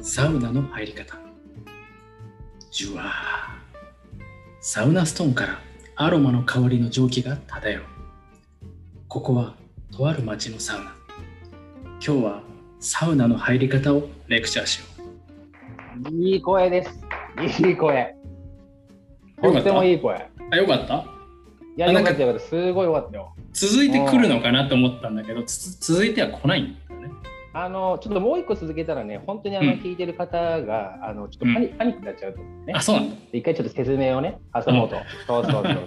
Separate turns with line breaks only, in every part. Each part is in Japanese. サウナの入り方ジュワーサウナストーンからアロマの香りの蒸気が漂うここはとある町のサウナ今日はサウナの入り方をレクチャーしよ
いい声です。いい声。
うよか
と
っ
って
た
もいい声。
あよかった
いや、
あな
よ
んか
かったよかった。すごいよかったよ。
続いてくるのかなと思ったんだけどつ続いては来ないんだね
あの、ちょっともう一個続けたらね、本当にあの、
うん
聞いてる方が、あの、ちょっとパニ,、パニックになっちゃうと思うね
あ。そうなんだ
で一回ちょっと説明をね、挟もうと。そうそうそうそう。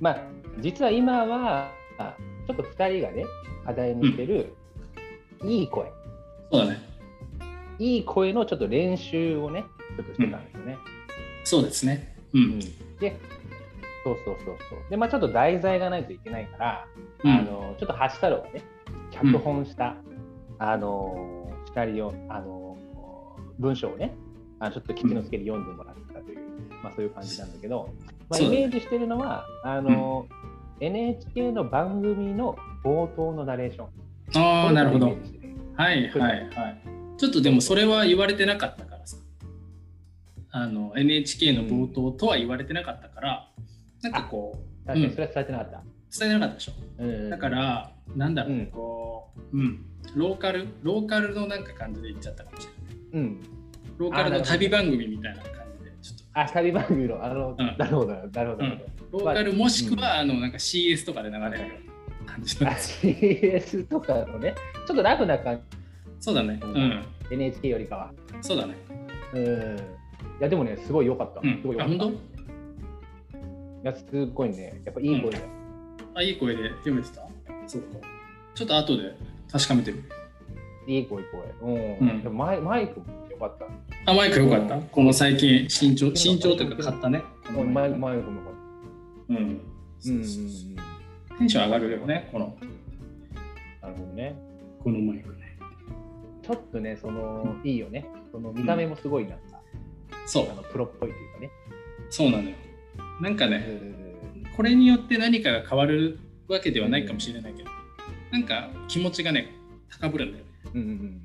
まあ、実は今は、ちょっと二人がね、課題にしてる、いい声。
そうだね
いい声のちょっと練習をね、ちょっとしてたんですよね。
そうですねうん
で、そうそうそうそう。で、まあちょっと題材がないといけないから、
うん
あのちょっと橋太郎がね、脚本した、あの二人をあの文章をね、あちょっと吉之助に読んでもらったという、まあそういう感じなんだけど、まあ、
そ
イ
うだね
メージしてるのは、あの NHK の番組の冒頭のナレーション。
ああなるほ
これ
ど
をイメージしてる
はいはいはい。ちょっとでもそれは言われてなかったからさ。あの NHK の冒頭とは言われてなかったから、なんかこう
確かにそれは伝えてなかった。
伝えてなかったでしょ。
うん
だからなんだろう、
うん
こううんローカルローカルのなんか感じで言っちゃったかもしれない。
うん、
ローカル
あなる
の
ほど
旅番組みたいな感じでちょっ
あ、旅番組の、あの、
うん
なるほど、なるほどなるほど。
うんとローカルもしくは、あのなんか CS とかで流れるような感じの
あ CS とかのね、ちょっとラフな感
そうだね。う
うん
ん
NHK よりかは。
そうだね。
うん。いや、でもね、すごい良かった。
う
すごい
ん。
良
あ
かった。
本当
い？や、すごいね。やっぱいい声だよ。
あいい声で読めてた。そうか。ちょっと後で確かめてる。
いい声、いい声。う
うん
ん。でもマイマイクも良かった。
あ、マイクよかった。この最近、新調、
ん
新調というか買ったね。
うんマイマイクも良かっ
うん。
た。うんうんうん。な
テンション上がるよね、この、
るほどね。
このマイクね。
ちょっとね、その、いいよね。その見た目もすごいな。
そう
あ、のプロっぽいというかね。
そうなのよ。なんか
う
ね、
ん
これによって何かが変わるわけではないかもしれないけど、なんか気持ちがね、高ぶるんだよね。
うんうん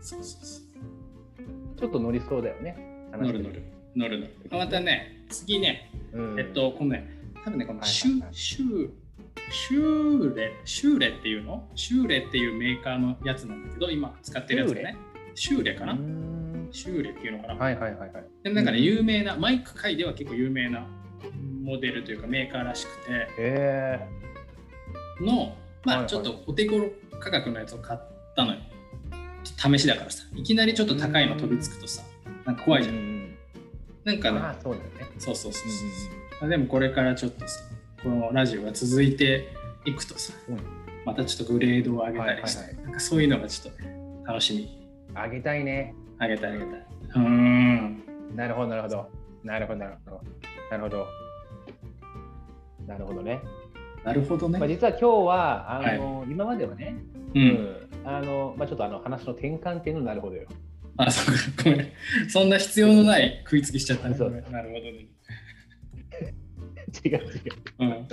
そうそうそう。
うん。ちょっと乗りそうだよね。
乗る乗る。乗る乗る。あまたね、次ね、
うん
えっと、このね、多分ね、この
はい
シ
はい
ュ
はい
シュシューレ、シューレっていうのシューレっていうメーカーのやつなんだけど、今使ってるやつだね。シューレかな、
うん
シューレっていうのかな、
はいはいはいはい。
でもなんかね、
うん
有名な、マイク界では結構有名なモデルというかメーカーらしくて、
へえ。
の、
はい
まあ
はい
ちょっとお手頃価格のやつを買ったのよ。ちょっと試しだからさ、いきなりちょっと高いの飛びつくとさ、なんか怖いじゃん。
ん。
なんか
あ
ね、
あ、そうだよね。
そうそうそうそう。でもこれからちょっとさこのラジオが続いていくとさ、
うん
またちょっとグレードを上げたりして、
はいはい
なんかそういうのがちょっとね楽しみ
あげたいね。
上げたい上げたいうーん
なるほど、なるほど。なるほど、なるほど。なるほど。なるほどね。
なるほどね、
まあ、実は今日は、あの、今まではね、
う
うんあの、まあ、ちょっとあの話の転換点のなるほどよ。
あそうかごめんそんな必要のない食いつきしちゃったね
そう
ごめんなるほどね
違う違う。
うん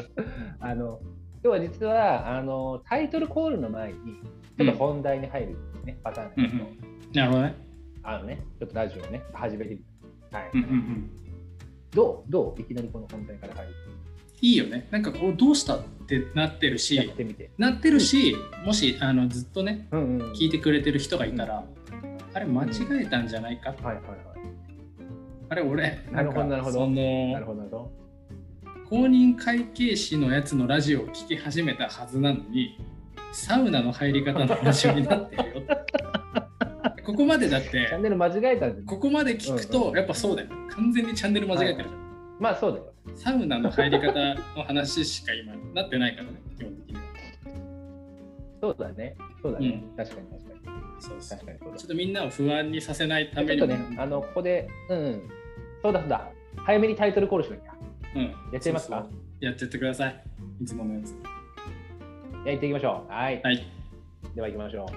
あの、今日は実は、あの、タイトルコールの前に、ちょっと本題に入るね、パターンなんですけど、
なるほどね
あのね、ちょっとラジオをね、始めてみた。はい。
うんうんうん
どうどういきなりこの本題から入る
いいよねなんかこうどうしたってなってる
やっ
して
みて。
なってるし、もしあのずっとね
うんうん。
聞いてくれてる人がいたら、あれ間違えたんじゃないかって
はいはいはい。
あれ俺
なるほど
んか
なるほど
そ
な
の
るほど、なるほど。
公認会計士のやつのラジオを聞き始めたはずなのにサウナの入り方のラジオになってるよ ここまでだっ
チャ
て
ンネル間違えたんで
ここまで聞くとやっぱそうだよ完全にチャンネル間違えてるじゃん、
まあそうだよ。
サウナの入り方の話しか今なってないからね基本的には
そうだね。そうだね。確かに確かに。
そうそう
確かにそうだ。
ちょっとみんなを不安にさせないた
ち
め
ょ
に
っと
も
ね、あの、ここで、うん、うん。そうだそうだ。早めにタイトルコールしなきゃ。
うん、
やっちゃいますか
そうそうやっちゃってくださいいつものやつ
じゃあ行っていきましょう。はい。
はい
では行きましょ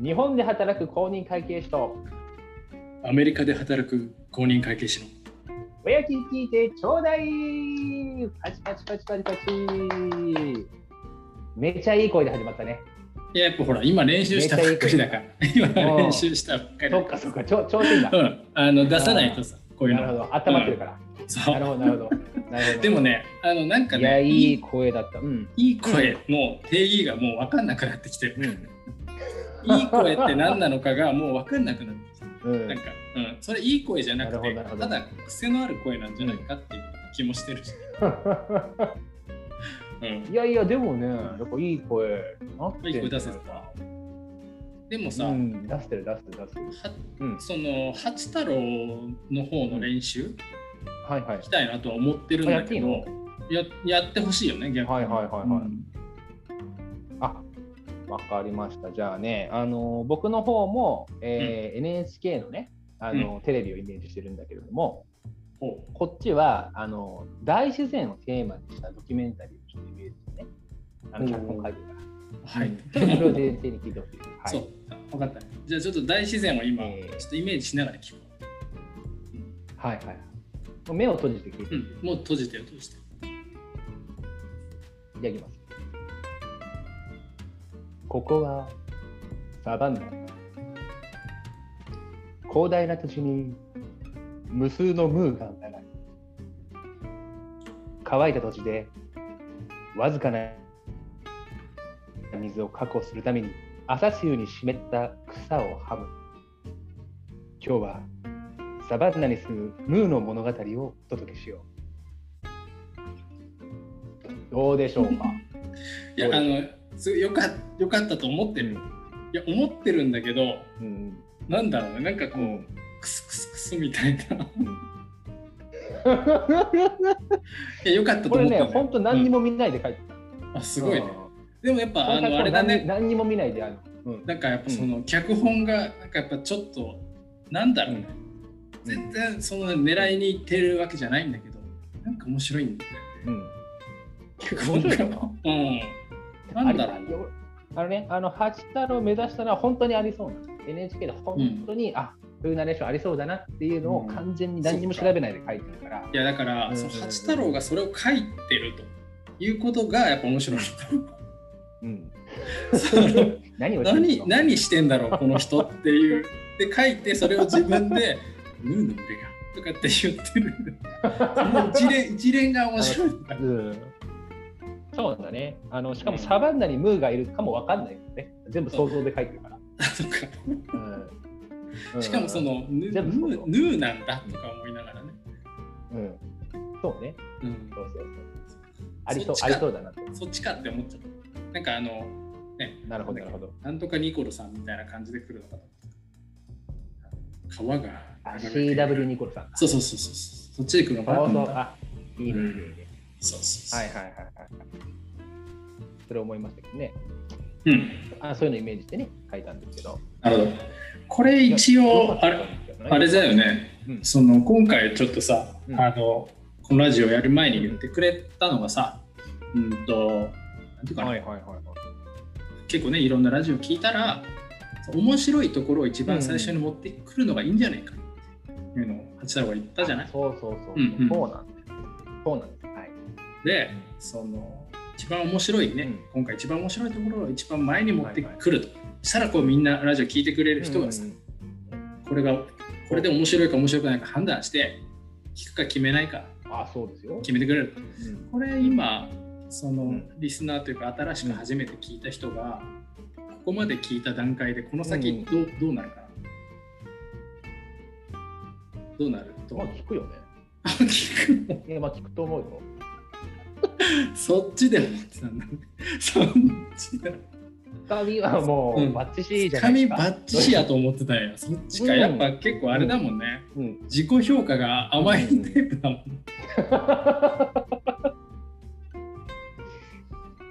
う。日本で働く公認会計士と、
アメリカで働く公認会計士の
親聞聞いてちょうだいパチパチパチパチパチめちゃいい声で始まったね。
いや、やっぱほら、今練習したばっかりだから。今
うん
練習したばっかり
そ
だ
っ
か
かそっか、ちょ調子いいんだ
ら。う。ん、あの出さないとさ、こういう
なるほ
の。
ど、温まってるから。
そ
なる
う
ほど、なるほど。なるほ ど
でも、ね、あのなんか
いや、
ね、
いい声だった。うん。
いい声もう定義がもう分かんなくなってき てる。
うん。
いい声って何なのかがもう分かんなくなってきてる。
うん
なんか、うん、それいい声じゃなくて、
なるほど
た
なる
だ癖のある声なんじゃないかっていう気もしてるし。うん
いやいや、でもね、やっぱいい声なってんじゃない
いい声出せてでもさ、
うん、出してる、出してる、出してる。
は
うん。
その八太郎の方の練習
はいはい
し。たいなとは思ってるんだけど
あやっ、
ややってほしいよね、逆に。
はいはいはいはい
うん
あわかりました。じゃあね、あの僕の方も、えー NHK のね、あのテレビをイメージしてるんだけれども、
ほう
こっちはあの大自然をテーマにしたドキュメンタリーをちょっとイメージしてね、あの
おー
脚本書いてるから、
はい。
ちょっとそれを前提に聞いてほしいです。はい、
そう、分かった。じゃあちょっと大自然を今、
えー
ちょっとイメージしながら聞こ
はいはい。もう目を閉じて聞いて
う。うん、もう閉じてよ、閉じて。
いただきます。ここはサバンナ。広大な土地に無数のムーが流れ、乾いた土地でわずかな水を確保するために朝露に湿った草をはむ。今日はサバンナに住むムーの物語をお届けしよう。どうでしょうか
いや、あの、すよかよかったと思ってる。いや、思ってるんだけど、
うん
なんだろうね、なんかこ
う
う、
ん
クスクスクスみたいな。
こ
いや、よかったと思
れ
って
ね、
る、
本当何にも見ないで書いて
あ、す
た。
ごい
うん
ね。でもやっぱ、あ
これ
の、あれだね。
何にも見ないで、あの、うん
なんかやっぱその脚本がなんかやっぱちょっとなんだろうね、
うん
全然その狙いにいってるわけじゃないんだけどなんか面白いんだよね
うん
脚
面
本
白
が
いよ
うん
な
なんだろう
あれあのね、あの八太郎を目指したのは本当にありそうな NHK で本当に、あそういうナレーションありそうだなっていうのを
うん
完全に何にも調べないで書いてるから、
いやだから、
うん
その八太郎がそれを書いてるということがやっぱ面 白い
うん、
その
何を言ってるの
何何してんだろうこの人っていうで書いてそれを自分で「ヌーの群れが」とかって言ってるその一連一連が面白いんだよ
うんそうだねあのしかもサバンナにムーがいるかもわかんないよね全部想像で書いてるから、
とか
うんうん
しかもそのヌ
全部
ヌ
そう
ヌーなんだとか思いながらね。
うん、そうね、
うん
そうそうそう。ありそう、
そ
あ
っちか
りそうだなって。
そっちかって思っちゃった。なんかあの、ね、
なるほど、なるほど。
なんとかニコルさんみたいな感じで来るのかと思った。
あ
川が流れてる
CW ニコルさん。
そうそうそうそう。そっちで来るのかなと
そうそ
思
う
っ。た。
あ、いいね、いいね、いいね。
そうそうそう。
はいはいはいはい。それ思いましたけどね。
うん。
あ、そういうのイメージしてね、書いたんですけど。
なるほど。これ一応、あれ、あれだよね。
うん。
その今回ちょっとさ、
うん
あの、このラジオやる前に言ってくれたのがさ、うんと、なんていうかな、
はいはいはいはい。
結構ねいろんなラジオ聞いたら面白いところを一番最初に持ってくるのがいいんじゃないかっていうのを八太郎が言ったじゃない
そうそうそう。
うんうん
そうなんです。そうなんです。はい。
でその一番面白いね、
うん
今回一番面白いところを一番前に持ってくると、したらこうみんなラジオ聞いてくれる人がさ、
うんうん
これがこれで面白いか面白くないか判断して聞くか決めないか
あ、そうですよ。
決めてくれる
う
こ
ん
れ今その、
うん
リスナーというか新しく初めて聞いた人が、ここまで聞いた段階でこの先どう,、どうなるかなどうなると
まあ、聞くよね。
聞く
いや、まあ、聞くと思うよ。
そっちで思ってたんだねそっちだ
つかみはも
うん
う、バッチシじゃない
紙
ですか。
バッチシやと思ってたんやそっちか、
うん
やっぱ結構あれだもんね
うん。
自己評価が甘いタイプだもん、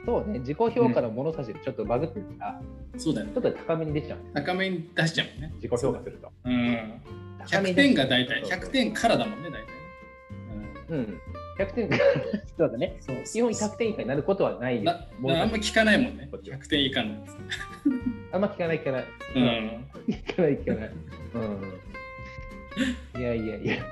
そうね、自己評価の物差しでちょっとバグってるから、
そうだよね
ちょっと高めに出ちゃう、
高めに出しちゃうね
自己評価すると。
うん
高
100
めに出
点
ちゃ
が
う
大体100。点からだもんね大体ね、うん
うん。100点が、そうだね。
そうそうそう
基本100点以下になることはない
な
物
なあ
差
んま聞
し
かないもんね
こっちは
100点以下のやつ
あんま聞かない、聞かない。
う
うん
ん
聞かない、聞かない。うん。いやいやいや。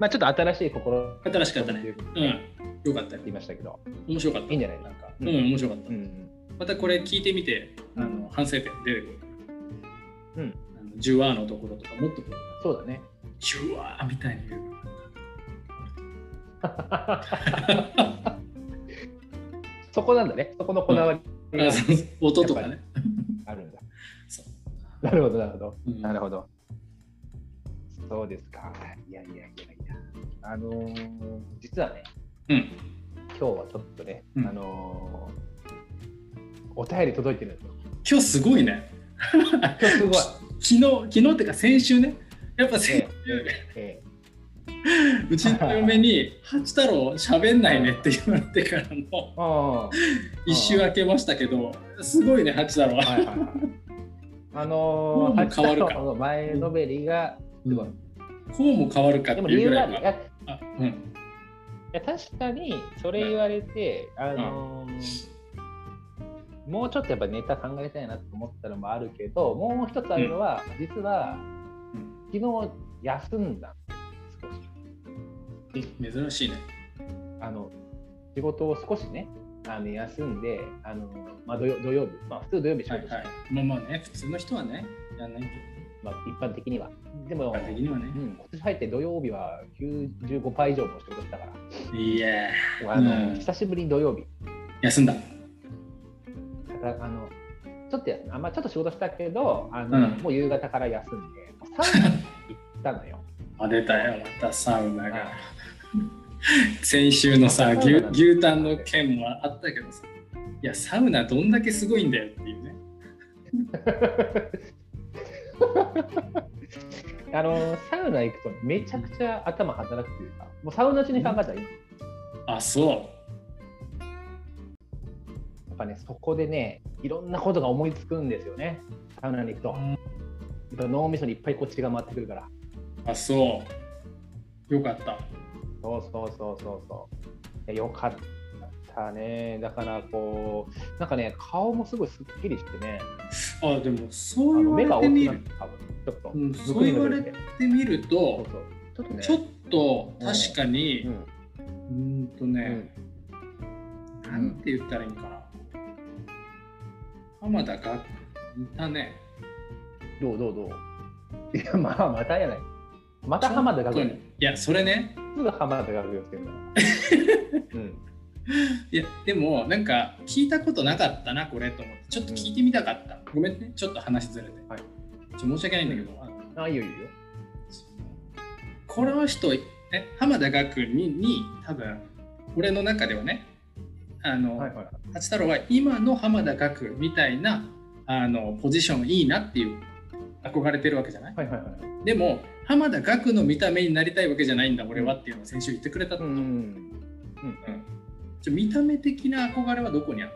まあ、ちょっと新しい試み
新しかった
とい
ね
うことで
うんよかったよ
言いましたけど、
面白かった
いいんじゃない
なんかう
うんん
面白かった
うん。
またこれ聞いてみて、あの反省点出てくる。
うん、
あのジュワーのところとかもっとこう
そうだね。
ジュワーみたいに言うようになった。
そこなんだね。そこのこだわりが
あそうそう 音とかね。
あるんだ。
そう
なるほど、なるほど。
うん
なるほど。そうですか。いやいやいやいや。あのー実はね、
うん。
今日はちょっとね、
うん
あのーお便り届いてるんですよ。
今日すごいね。
今日す ごい。
昨日、昨日ってか先週ね。やっぱ先週
え、ええ
うちの嫁 に「八太郎喋んないね」って言われてからの
えああ。
一周明けましたけどすごいね八太郎は。
は いはいはい。あの
も
ー、
う変わるから
八太郎の 前のべりが、すごい。
こうも変わるかって
でも
い
理
う
由
ぐら
があ
い
る。
が
いやい
あうん
や確かに、それ言われて、あのーもうちょっとやっぱネタ考えたいなと思ったのもあるけど、もう一つあるのは、実は
うん
昨日休んだ少し
珍しいね。
あの仕事を少しねあの休んであの、まあ、土曜土曜日、まあ、普通土曜日仕
は
事
い
しな、
はいい。まあまあね普通の人はねやんないけ
まあ、一般的にはでも、
ど一般的にはね
う。ん、今年入って土曜日は95%以上も仕事したから
いや
あの、
うん
久しぶりに土曜日
休んだ。
だからあのちょっとやあ、まあ、ちょっと仕事したけどあの、
うん
もう夕方から休んでもうサウナに行った のよ
あ出たよまたサウナ
は
が。先週のさ
サウナ
牛
なんだ
牛タンの件もあったけどさいやサウナどんだけすごいんだよっていうね。
あのサウナ行くとめちゃくちゃ頭働くというかもうサウナ中に考えたらいい
あそ
やっぱね、そこでね、いろんなことが思いつくんですよね、サウナに行くと。
うん
やっぱ脳みそにいっぱいこっちが回ってくるから。
うあそうよかった。
そうそうそうそうそう。いやよかったね。だからこう、なんかね、顔もすごいすっきりしてね、
あでも
あ
そう
の目
言
が
われて
大
み
き
る
くなった、多分ちょっと。
うん
むくみが出てきて
ってみる
そう
と
そうちょっとね、
ちょっと確か
う
に
ん
うんんとね、なんて言ったらいいんかな浜田が似たね
どうどうどういや、まあ、またやない。また浜田学
ちょっ
園
と。いやそれね
すぐ浜田学園して るんだから。うん
いやでもなんか聞いたことなかったなこれと思ってちょっと聞いてみたかった、ごめんねちょっと話ずれて、
はい
ちょ申し訳ないんだけど、あの
あ、いいよいいよ。
この人え浜田岳にに多分俺の中ではねあの、
はいはい。
八太郎は今の浜田岳みたいなあのポジションいいなっていう憧れてるわけじゃない、
はいはいはい。
でも浜田岳の見た目になりたいわけじゃないんだ俺はっていうのを先週言ってくれた、
うんうん
うんちょ見た目的な憧れはどこにある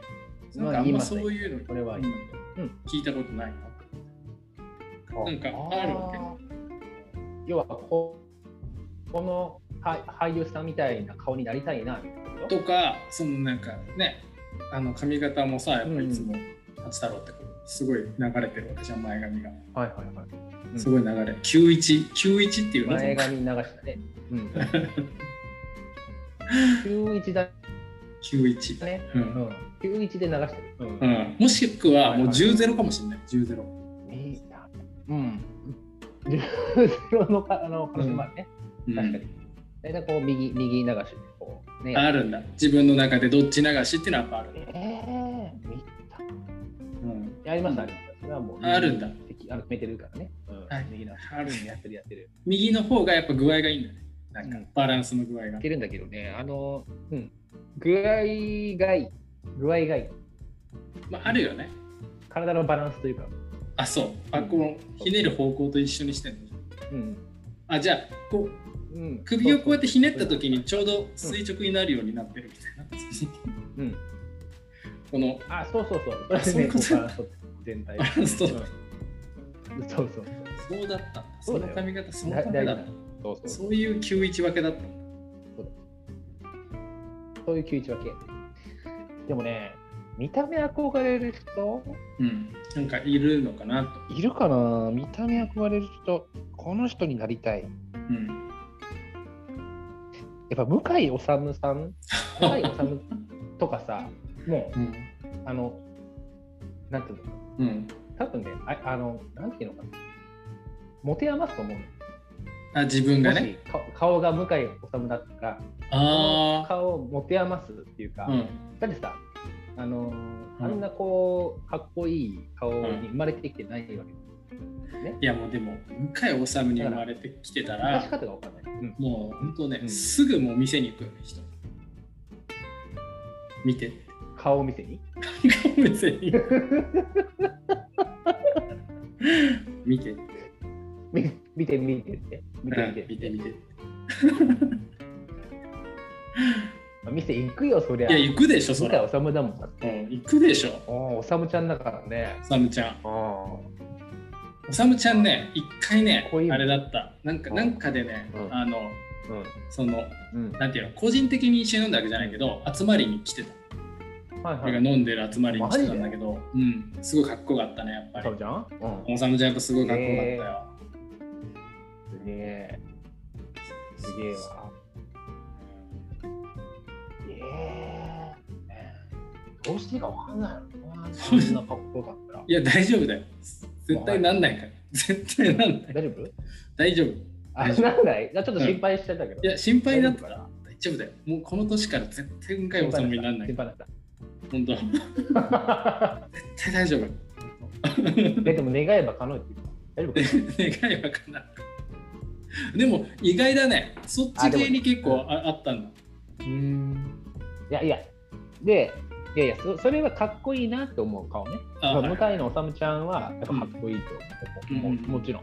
うん、
なんかあんまそういうの
これは
うん
今うん
聞いたことないななんかあるわけ
要はここのは俳優さんみたいな顔になりたいなみたいなこと
とかそのなんかねあの髪型もさやっぱりいつも八太郎ってこうすごい流れてるわけじゃん前髪が
はいはいはいうん
すごい流れ9191っていうの
前髪流したね、うん、91だ
91
ね、
う
うんん、91で流してる、う
うんん、もしくはもう
はいはい
10ゼロかもしれない10ゼロ
いいなうん10のかあの可能性もあるね、
うん
確かに大体こう右右流しでこうね
あるんだ自分の中でどっち流しっていうのはやっぱあるんだ、
ええー、見た
うん、
やりました、ありました。それはもう、
あるんだ。
あの決めてるからね。うん
はい
右の。
あるんだ
やってるやってる。
右の方がやっぱ具合がいいんだねなんか
うん
バランスの具合が
いけるんだけどね、あの、うん。具合がいい、具合がいい。
まああるよね
体のバランスというか。
あそうあこのひねる方向と一緒にしてんの
うん。
あじゃあこう
うん、
首をこうやってひねった時にちょうど垂直になるようになってるみたいな、
うん。
この
あ、そうそうそう。
あそういうこと
こうバランス取って全体。
バ ランス取っ
うんそうそう
そうだったんだ
そ
そう
だ
の
よ
髪型そ
そう。
のためだった
そうそうそう。
そういう91分けだったんだ
そういう91分け。でもね、見た目憧れる人
うんなんかいるのかなと
いるかな見た目憧れる人、この人になりたい。
うん
やっぱ向 井治さん、向井治とかさ、もうあのなんていうの
うん。
多分ねああのなんていうのかな持て余すと思うの
あ、自分が
も
ね。
しか顔が向井治だったら
ああ。
顔を持て余すっていうか、
うん。
だってさあの
うん
あんなこうかっこいい顔に生まれてきてないわけ
いやもうでも向井治に生まれてきてた
出し
ら
方がわかんない、うん
もう本当ね、
うん
すぐもう店に行くよね人見て
顔を見せに
別に見て
見見て見てって見て見て
うん見て見てい
まあ店行くよそりゃ
や行くでしょ
向
そ
井治
ら、
だもんだって
うん、行くでしょ
おお治ちゃんだからね
修ちゃん
あ
修ちゃんね一回ね
かっこいいも
あ
ん
れだったなんか
うん
なんかでね、
うん
あの
う
その
んうん
なんていうの個人的に一緒に飲んだわけじゃないけど集まりに来てた
はい
俺
は
が
い
飲んでる集まりに来てたんだけど、うん、すごいかっこよかったねやっぱり
治ちゃんうん
おさむちゃんとすごいかっこよかったよ。
すげえ。すげえわ。ええ。どうしていいかわかんないのかな。そんなかっこよかったら。
いや、大丈夫だよ。絶対なんないから。絶対なんない。
大丈夫
大丈夫。い
あ、
大丈
なんない。ちょっと心配しちゃったけど。
や、心配だった
大
ら
丈
大丈夫だよ。もうこの年から絶対向井
夫
おさむになんない
心
から。
配だった。
本当。絶
心配だっ
対大丈夫。
たえでも願えば可能って言う大丈夫か
願いはかなうでも意外だね。そっち系に結構ああったんだ。
うーん。いやいや。で、いやいや、そそれはかっこいいなって思う顔ね。
あ
向
はい
井のおさむちゃんはやっぱかっこいいと思う、
うん
ももちろん。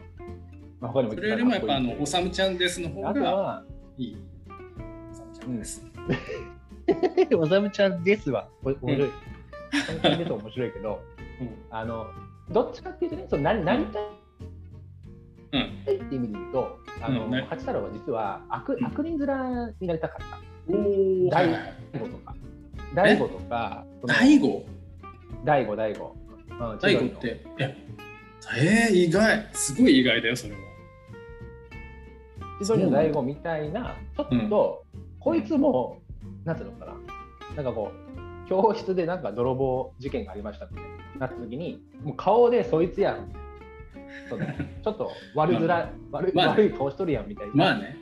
まあ、他にも
それよりもやっぱあの、おさむちゃんですの方
あと
が
は、
いい。おさむちゃんです。
おさむちゃんですはお面白い。おさむちゃんですは面白いけど、あの、どっちかっていうとね、そのななりたい
うん。
って意味で言うと、あの、
うんね
八太郎は実は悪
うん
悪人面になりたかった。
おお。
大大悟とか。大悟とか、その
大悟
大悟、大悟。う
大
ん
悟っ。て、え、えー、意外、すごい意外だよ、それは。
千鳥の大悟みたいな、ちょっと、こいつも、なんていうのかな、なんかこう、教室でなんか泥棒事件がありましたってなった時に、もう顔でそいつやん、そうだ ちょっと悪づら、悪い
まあ
悪い顔しとるやんみたいな、
まあね。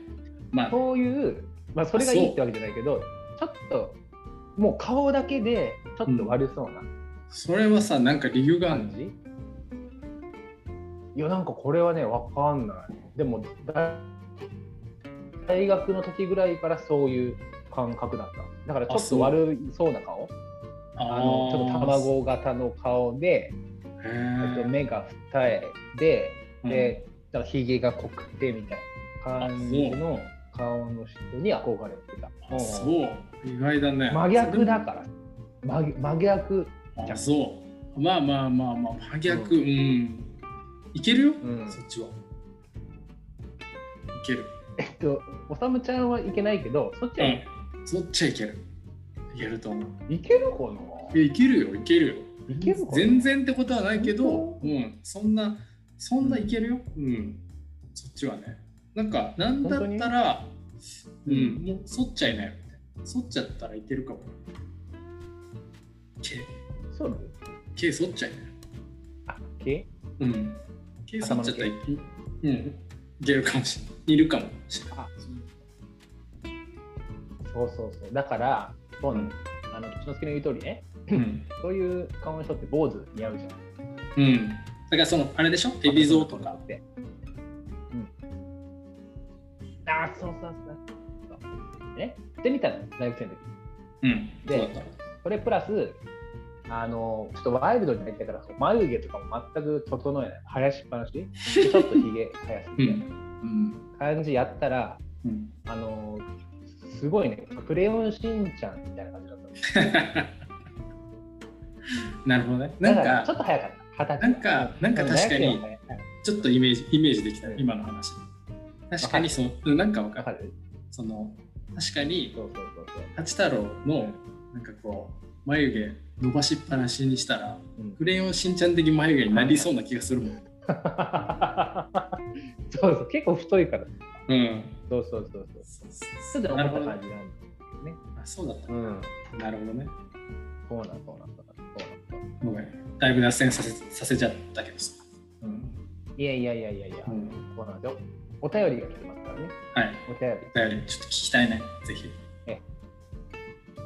まあ、
そういう、まあ、それがいいってわけじゃないけど、ちょっと、もう顔だけで、ちょっと悪そうな
それはさ、なんか理由がある
感じ。いやなんかこれはねわかんないでも大大学の時ぐらいからそういう感覚だっただからちょ
あ
っ
そう
と悪そうな顔あのちょっと卵型の顔で、
へ
えっと
ー
目が二重で
うん
で、だからひげが濃くてみたいな感じの顔の人に憧れてた
あ
うん
そう、意外だね。
真逆だから真真逆、
あそう。まあまあまあまあ、真逆。うん。いけるよ、
うん
そっちは。いける。
えっとおさむちゃんはいけないけどそっちは
うん。そっちはいける。いけると思う。
いけるか
いや、いけるよ、いけるよ。
な。いけるかな。
全然ってことはないけど
本、
うん、そんな、そんないけるよ。うん、そっちはね。なんか、なんだったら、う
当に
ん、もう、そっちゃいなよ。そっちゃったらいけるかも。け、
そう。
け、そっちゃいなよ。
あ、け。
うん。け、そ
頭
っ
の
ちゃったらいけうん、いけるかもしれない。いるかもしれない。
あそうそうそう。だから、そうなの。あの、吉之助の言う通りね。
うん。
そういう顔の人って坊主似合うじ
う
ゃん。
ん。だから、その、あれでしょエビゾとか。
って。うん。あ、そうそうそう。そうね。ってみたの、大学生の時。
うん。そ
で
うだった。
それプラス。あのちょっとワイルドになりたいから眉毛とかも全く整えない生やしっぱなしでちょっとひげ生やす
うん。
みたい
う
な
ん。
感じやったら、
うん。
あのすごいね、クレヨンしんちゃんみたいな感じだったんです
なるほどね。な
だ
ん
から
か
ちょ、っと早かった、二十歳
なんかなんか確かに
うん大学生は早い
ちょっとイメージイメージできた、
うん
今の話。確かにそう、うんなんかわか
わ
る。
かる
その確かに
そうそうそうそう、
八太郎のなんかこう眉毛伸ばしっぱなしにしたら
うん
クレヨンしんちゃん的眉毛になりそうな気がするもん。
そうそう、結構太いから、
うん。
そうそうそうそう、ちょっと
なる
思
ほど
った
ね
感じなんだ
あそうだっ
うん、
た。なるほどね。
そうなんそうなんそうなんそう
ご
なん
めん。だいぶ脱線させさせちゃったけどさ。
うん
いやいやいやいやいや、
うん
そうなんですよ。お便りが来てますからね。
はい。
お便
お便りちょっと聞きたいね、ぜひ。
り。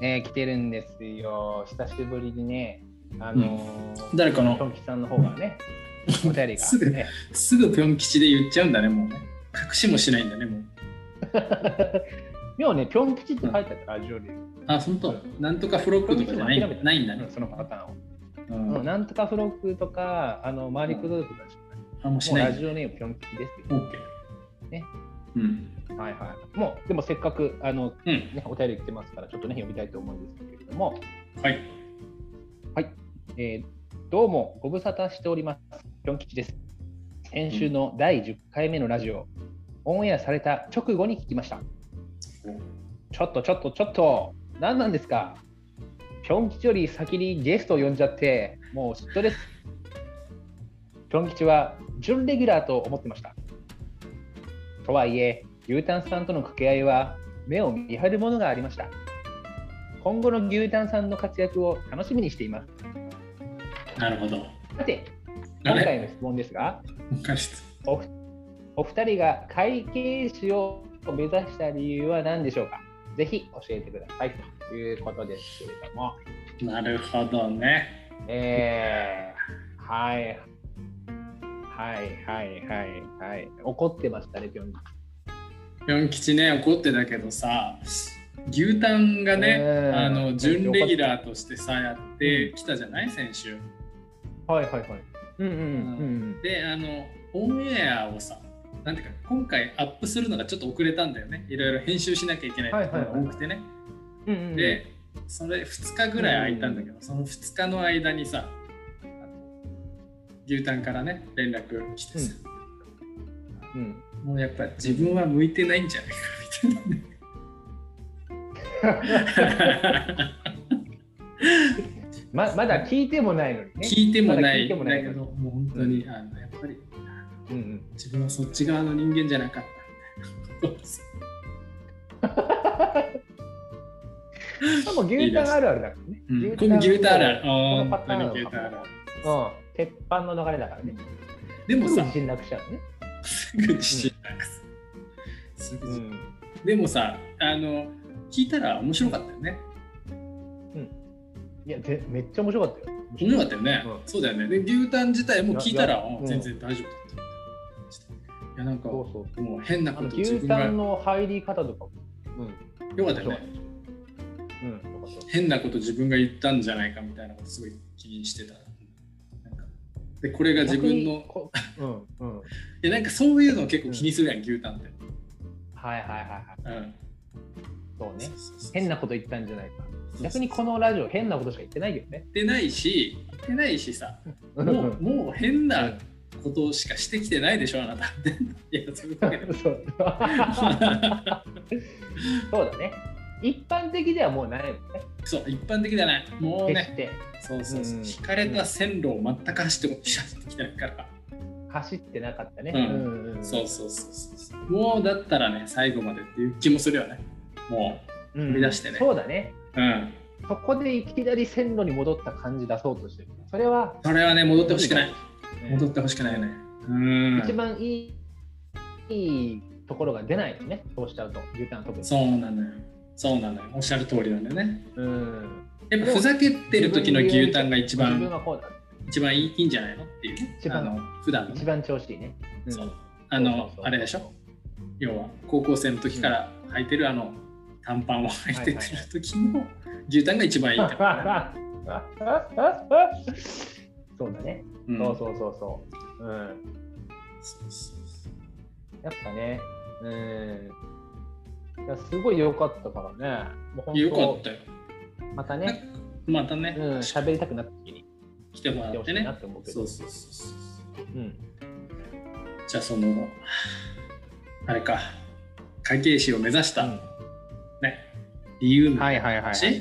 ね、来てるんですよ。久しぶりにね、あのー、
誰か
ト
の
ンキさんの方がね、お便り が、
すぐ
ね、
すぐぴょん吉で言っちゃうんだね、もうね。隠しもしないんだね、もう。
でもね、ぴょん吉って書いてあった、ラジオで。
あ、本当。なんとかフロックとかじゃない
諦めて
ないんだね。
そのパターンを。
うん
もうなんとかフロックとか、あのマリックドルフとかしかない
あ、もうし
もう
な
ラ
い。
ジオネームぴょん吉ですって
オ
言っ
ッケー。
ね。
うん。
て。はいはい。もう、でもせっかく、あの、
うん。
ね、お便り来てますから、ちょっとね、読みたいと思うんですけれども、
はい。
えーどうもご無沙汰しております。ぴょん吉です。先週の第10回目のラジオ、オンエアされた直後に聞きました。ちょっとちょっとちょっと、何なんですかぴょん吉より先にゲストを呼んじゃって、もう嫉妬です。ぴょん吉は準レギュラーと思ってました。とはいえ、牛タンさんとの掛け合いは目を見張るものがありました。今後の牛タンさんの活躍を楽しみにしています。
なるほど。
さて、
あ
今
れ
回の質問ですが、
おかしい
おふお二人が会計士を目指した理由は何でしょうかぜひ教えてくださいということですけれども、
なるほどね。
えー、はい、はい、はい、はい、はい、怒ってましたね、ぴょん
ぴょん吉ね、怒ってたけどさ、牛タンがね、
えー
あの準レギュラーとしてさ、やってきたじゃない、先週。
はい、はい、はい。うんうんうん
で、あの、オンエアをさ、なんていうか、今回アップするのがちょっと遅れたんだよね。いろいろ編集しなきゃいけないことが多くてね。
うんうんうん。
で、それ2日ぐらい空いたんだけど、その2日の間にさ、あの牛タンからね、連絡来てさ、
うん、
もうやっぱ自分は向いてないんじゃないかみたいなね。
ままだ聞いてもないのにね。
聞いてもない
まだ聞いてもない
だけど、もう本当に、あのやっぱり
うんうん
自分はそっち側の人間じゃなかったみたいなことです。
しかも牛タンあるあるだからね。
うん、この牛タンあるある。あー
このパ
本当
ターン
に
は
牛タンあるある。
うん、鉄板の流れだからね。
でも
すぐ
さ、
自信なくしちゃうのね。
すぐ自信なくす。すぐ自信
ん、
でもさ、あの、聞いたら面白かったよね。
いやぜ、めっちゃ面白かったよ。
面白かったよね。
うん
そうだよね。で、牛タン自体も聞いたら、
いや
あ全然大丈夫だった。いや、なんか、
そう
も
そう。
う変な
あ
こ
の
と自
牛
分
タ
が
ンの入り方とかも。うん、
よかったよね。
うん、よかった
変なこと自分が言ったんじゃないかみたいなことすごい気にしてた。なんかでこれが自分の
逆にこうん、うん。はい
いやなんかそういうの結構気にするやん、牛タンって。
はいはいは
う
い。
ん、
そうね。
そうそうそう
変なこと言ったんじゃないか。
そう
逆にこのラジオ、変なことしか言ってないよね
言。ってないし言ってないしさ
う
も
ん
うもう変なことしかしてきてないでしょあなたって。いやそういうわ けでも
そうそうだね。一般的ではもうないもんね。
そう一般的じゃないもう
決
ね
して
そうそうそう
うん
引かれた線路を全く走ってこ走ってきてないから。
走ってなかったね。
うん
んん
そうそうそうそうもうだったらね最後までっていう気もするよねも
うん
踏み出してね
そうだね。
ううん
そこでいきなり線路に戻った感じ出そうとしてる。それは
それはね戻ってほしくない
ね
戻ってほしくないよねうん
一番いいいいところが出ないよね、そうしちゃうと、牛タン特に。
そうなのよそうなのよおっしゃる通りなんだよね
うん、
やっぱふざけてる時の牛タンが一
自分
番
はこうだ、
一番いいいいんじゃないのっていうね
一番
あの普段の
一番調子いいね。うん
そうあの
そうそうそう
あれでしょ要は高校生の時から履いてるあの短パンを履いてる時の牛タンが一 番いいってことね
そうだね、
うん
そう
そう
そうそうそう。うん、
そうそう
やっぱね、うん、いやすごい良かったからね、もう本当
よかったよ。
またね、
またね、
うん、喋りたくなった時に
来ても
来
ら
てほ
っ
していな
ね。
って思うけ
そ
ど、
うそうそうそう。
うん、
じゃあその、あれか、会計士を目指した、ね、理由
う
み
ん
た
はいいはいはい、
な
はい。
話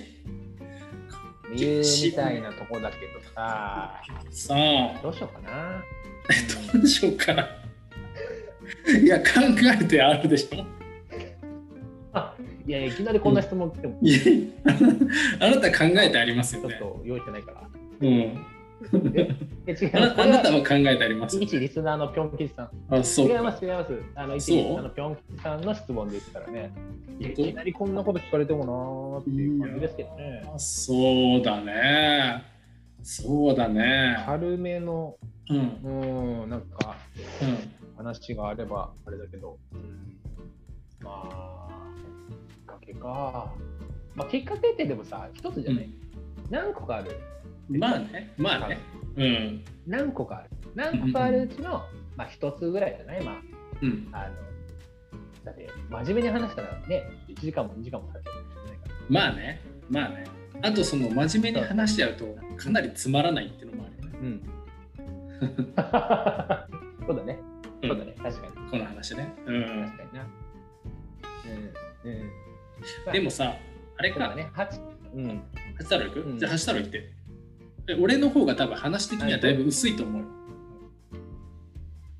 理由みたいなとこだけどさ、
さあ、
どうしようかな。
どうしようかな。いや、考えてあるでしょ。
いやいや、いきなりこんな質問来ても、
いやあなた考えてあります
ち
よ
ょっ
ね。
と用意してないから。
うん。
え違い
あ
ま
な
す。
たあなたも考えてあります
一リスナーのぴょん吉さん。
あそう
違います、違います。あの、一
そう
リスナーのぴょん吉さんの質問ですからね。い
本当
きなりこんなこと聞かれてもなーっていう感じですけどね。
あそうだねそうだね
軽めの、
うんう
うーん、なんか
ん
話があればあれだけど、うんまあ、きっかけか。まあ、きっかけってでもさ、一つじゃない。何個かある。
うんまあねまあねうん
何個かある。何個かあるうちの、まあ、一つぐらいじゃないまあ
うん
あの、だって、真面目に話したらね、1時間も2時間も経っちゃうかもしれないから。
まあねまあねあとその真面目に話しちゃうとかなりつまらないっていうのもあるよね
うん。そうだね。
うん
そうだね。確かに。
この話ねうん
確かにな。うん。うん。まあ
でも、さあれ
そうだ
か
ね。八うん。
ハチ太郎行
う
く
ん
じゃあハチ太郎行ってえ俺の方が多分話的にはだいぶ薄いと思うよ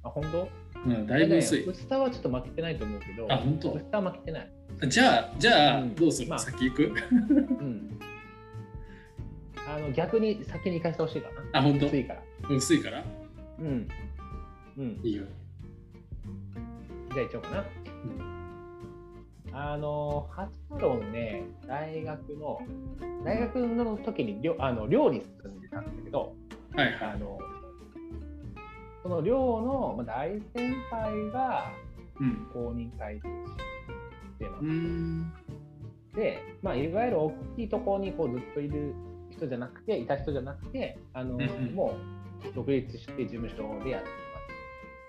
あ、本当
うんだいぶ薄
あれね
い
薄さはちょっと負けてないと思うけど、
あ本当
薄さは負けてない。
じゃあじゃあ
うん
どうする
まあ
先行く
うん。あの、逆に先に行かせてほしいかな。
あ本当
薄いから。
薄いから
うん。うん。
いいよ
じゃあ一応かな。あの、初太郎のね、大学の、大学の時に寮あの寮に住んでたんだけど、
はいは
あ
い
の、その寮のまあ大先輩が
うん
公認会議してま
うーん
で、まあ、いわゆる大きいところにこうずっといる人じゃなくて、いた人じゃなくて、あの、
んうん
もう独立して事務所でやって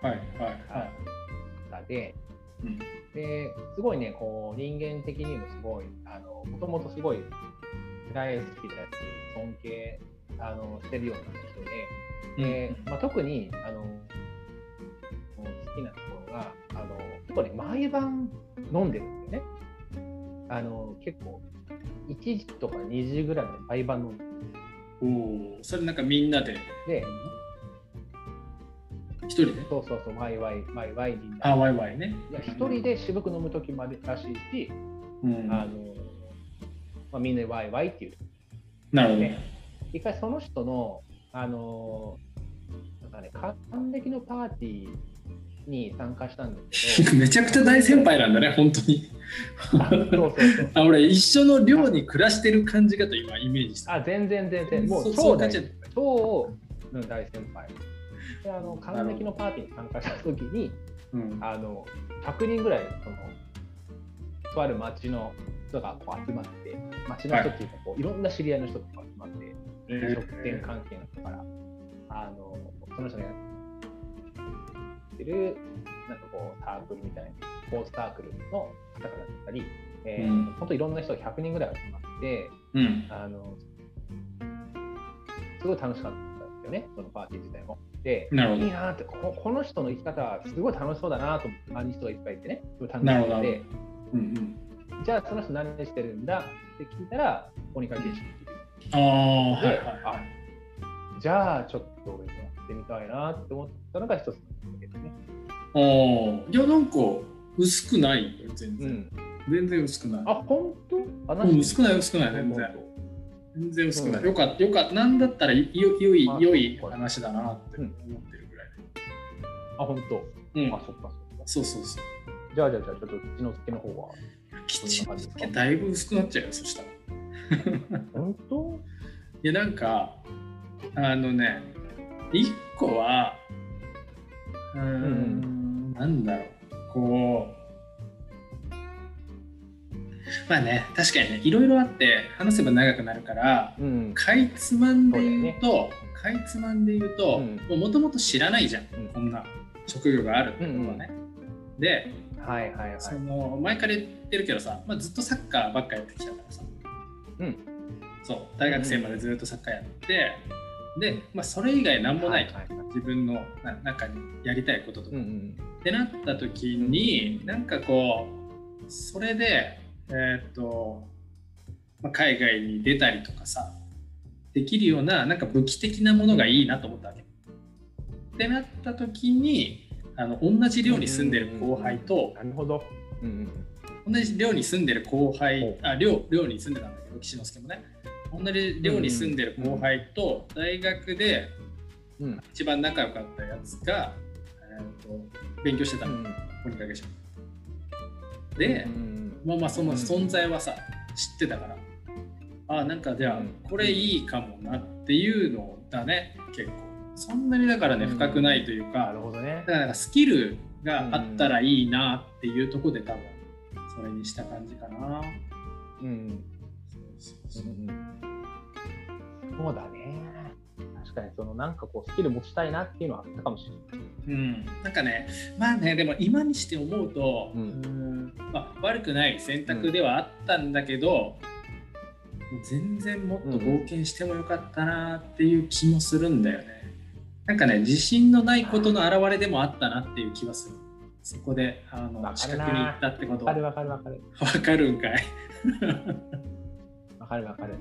はいはい
ま
は
す方で、
いうん
ですごいねこう人間的にもすごいあのもともとすごい大好きだし尊敬あのしてるような人
うん
でで、まあ、特にあの好きなところがあの結構ね毎晩飲んでるんだよねあの結構1時とか2時ぐらいまで毎晩飲んで
おおそれなんかみんなで
で
一人で
そうそうそう毎晩毎晩みん
あ
な
ワイワイね
いや一人で渋く飲む時までらしいし、
うん
あのまあ、みんなでワイワイっていう
なるほど
ね一回その人の、あのーなんかね、還暦のパーティーに参加したんだけ
、
ど
めちゃくちゃ大先輩なんだね本当に
あそうそうそう
あ俺一緒の寮に暮らしてる感じがと今イメージした
あ全然全然、も
そうう
超
そう
大
出ちゃ
先
う
輩超うん大先輩。であの還暦のパーティーに参加した時に、
うん
あの100人ぐらいそのとある町の人がこう集まって、町の人っていうかこう、い、ろんな知り合いの人とか集まって、飲食店関係の人から、あのその人がやってるなんかこうサークルみたいなスポーツサークルの方々だったり、え
うん
ー、本当いろんな人が100人ぐらい集まって
うん
あのすごい楽しかったんですよねそのパーティー自体も。で
なるほ
い
ど
いなーってここの人の生き方はすごい楽しそうだなと思って周りに人がいっぱいいてねすごい楽し
なるほど
そうで
うんうん
じゃあその人何してるんだって聞いたら鬼かけしてる。
ああはい
で
はいは
じゃあちょっと俺もやってみたいなって思ったのが一つのきっかけですね。
いおーいやなんか薄くないよ全
う
然
ん、
全然薄くない
あ本当話
うん
し
薄く
て
ない薄くない
る
全然全然薄くない
うん
よかったよかったなんだったらよ良い
あ
良い
そうか
話だなって思ってるぐらい
あ本当、
うん
あそっかそっか。
そうそうそう
じゃあじゃあじゃあちょっと口の付けの方は。
吉之助だいぶ薄くなっちゃうよそしたら
本当
いやなんかあのね一個はうーん
うん
なんだろうこうまあね確かにねいろいろあって話せば長くなるから
うん。
かいつまんで言うとかいつまんで言うと
うん
もともと知らないじゃん、
うん
こんな職業があるってことはね。で
はいはいはい。
その前から言ってるけどさ、まあ、ずっとサッカーばっかやってきたからさ、
うん
そう大学生までずっとサッカーやって、で、まあ、それ以外何もないと、
はいはいはい
自分のな中にやりたいこととか、
うんう
っ
ん
てなった時になんかこうそれでえーっと、まあ、海外に出たりとかさできるようななんか武器的なものがいいなと思ったわけ。ってなった時にあの同じ寮に住んでる後輩と、
なるほど。うん
同じ寮に住んでる後輩
ほう
あ寮寮に住んでたんだけど岸之助もね同じ寮に住んでる後輩と大学で
うん
一番仲良かったやつが、えーと勉強してた
う
の、
ん
これだけじゃん。で、まあまあその存在はさ、知ってたからああなんかじゃ
うん
あこれいいかもなっていうのだね結構そんなにだからね
うん
深くないという
な
か
るほどね
だ。からなんかスキルがあったらいいなっていうところで多分それにした感じかな
うんそうだね。確かにそのなんかこうスキル持ちたいなっていうのはあったかもしれない。
うんなんかねまあねでも今にして思うと、
うん
うんまあ、悪くない選択ではあったんだけど、全然もっと冒険してもよかったなっていう気もするんだよね、なんかね自信のないことの表れでもあったなっていう気はするそこであ
わ
の
か
資
る
格
な
に行ったってこと
わかる
わ
わかるわかる。
かるんかい
わかるわかる。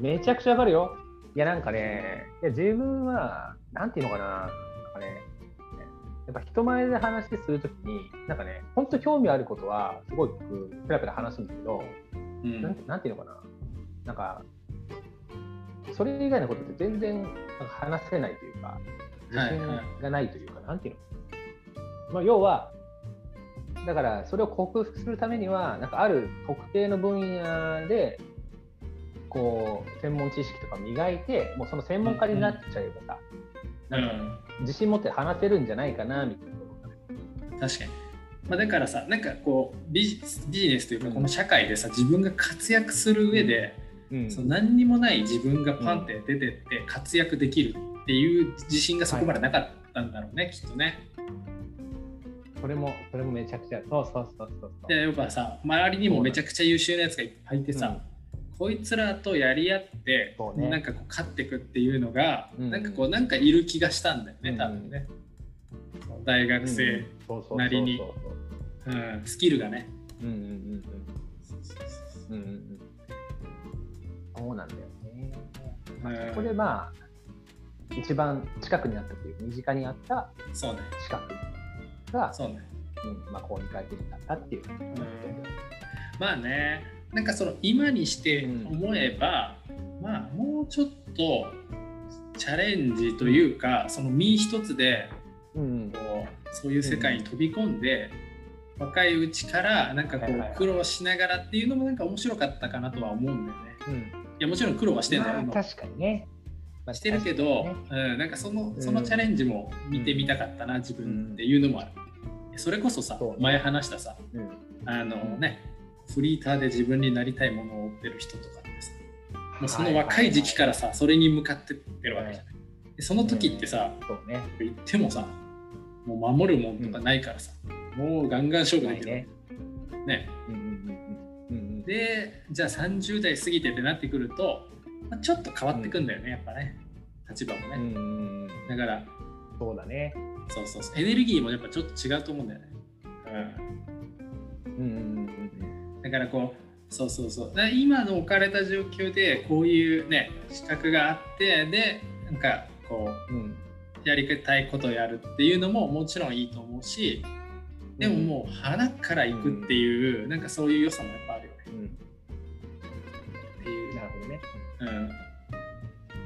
めちゃくちゃわかるよ。いやなんかね、いや自分はなんていうのかな、なんかね、やっぱ人前で話するときに、なんかね、本当興味あることはすごい僕ペラペラ話すんだけど、
う
なん
ん
てなんていうのかな、なんか、それ以外のことって全然なんか話せないというか、自
はいはい
信がないというか、なんていうの、まあ、要は、だからそれを克服するためには、なんかある特定の分野で、こう、専門知識とか磨いて、もうその専門家になっちゃえばさ、
うん
自信持って話せるんじゃないかな、みたいなことがね。
確かに、まあ、だからさなんかこうビジビジネスというかこの社会でさ自分が活躍する上で、
うん
その何にもない自分がパンって出てって活躍できるっていう自信がそこまでなかったんだろうね、きっとね。
それも、それもめちゃくちゃ、そうそうそうそうそう。
でやっぱさ周りにもめちゃくちゃ優秀なやつがいっぱいいてさ、こいつらとやり合って、
そうね
なんかこう勝ってくっていうのが、
うん
なんかこうなんかいる気がしたんだよね多分ね。その大
うん
学生、
そうそうそうそう
なりにうんスキルがね。
うんうんうんうんうんうんうんそうなんだよね。ま
うん
あ、そこでまあ一番近くにあったという身近にあった
そうね
近くが、
そうね。
うんまあ、こうに変えてきたっていう。
うんまあねなんかその今にして思えば、まあもうちょっとチャレンジというかその身一つで
うん
こうそういう世界に飛び込んで、若いうちからなんかこ
はいはいは
う
い
苦労しながらっていうのもなんか面白かったかなとは思うんだよね。いやもちろん苦労はしてんだよ、
まあ
今
確かにね。まあ
してるけど、
確か
うん、なんかその
うん
そのチャレンジも見てみたかったな、自分っていうのもある。それこそさ
そうね
前話したさ
にね
あのね、フリーターで自分になりたいものを追ってる人とかってさ、もうその若い時期からさ、それに向かってってるわけじゃない。でその時ってさ、
うんそうね。
言ってもさ、もう守るもんとかないからさ、もうガンガン勝負できるわけね
うんうんうんうんうんうん
で、じゃあ30代過ぎてってなってくると、まあ、ちょっと変わってくんだよね、やっぱね、立場も
うん
ね。
うんうん
だから、
そうだね。
そうそうそう、エネルギーもやっぱちょっと違うと思うんだよね。うん
うんうんうん
だからこうそうそうそうだから今の置かれた状況でこういうね資格があってでなんかこ
うんうん。
うやりたいことをやるっていうのももちろんいいと思うしでももう腹から行くっていう、なんかそういう良さもやっぱあるよね
うん、うん
っていう、
なるほどね。
うん、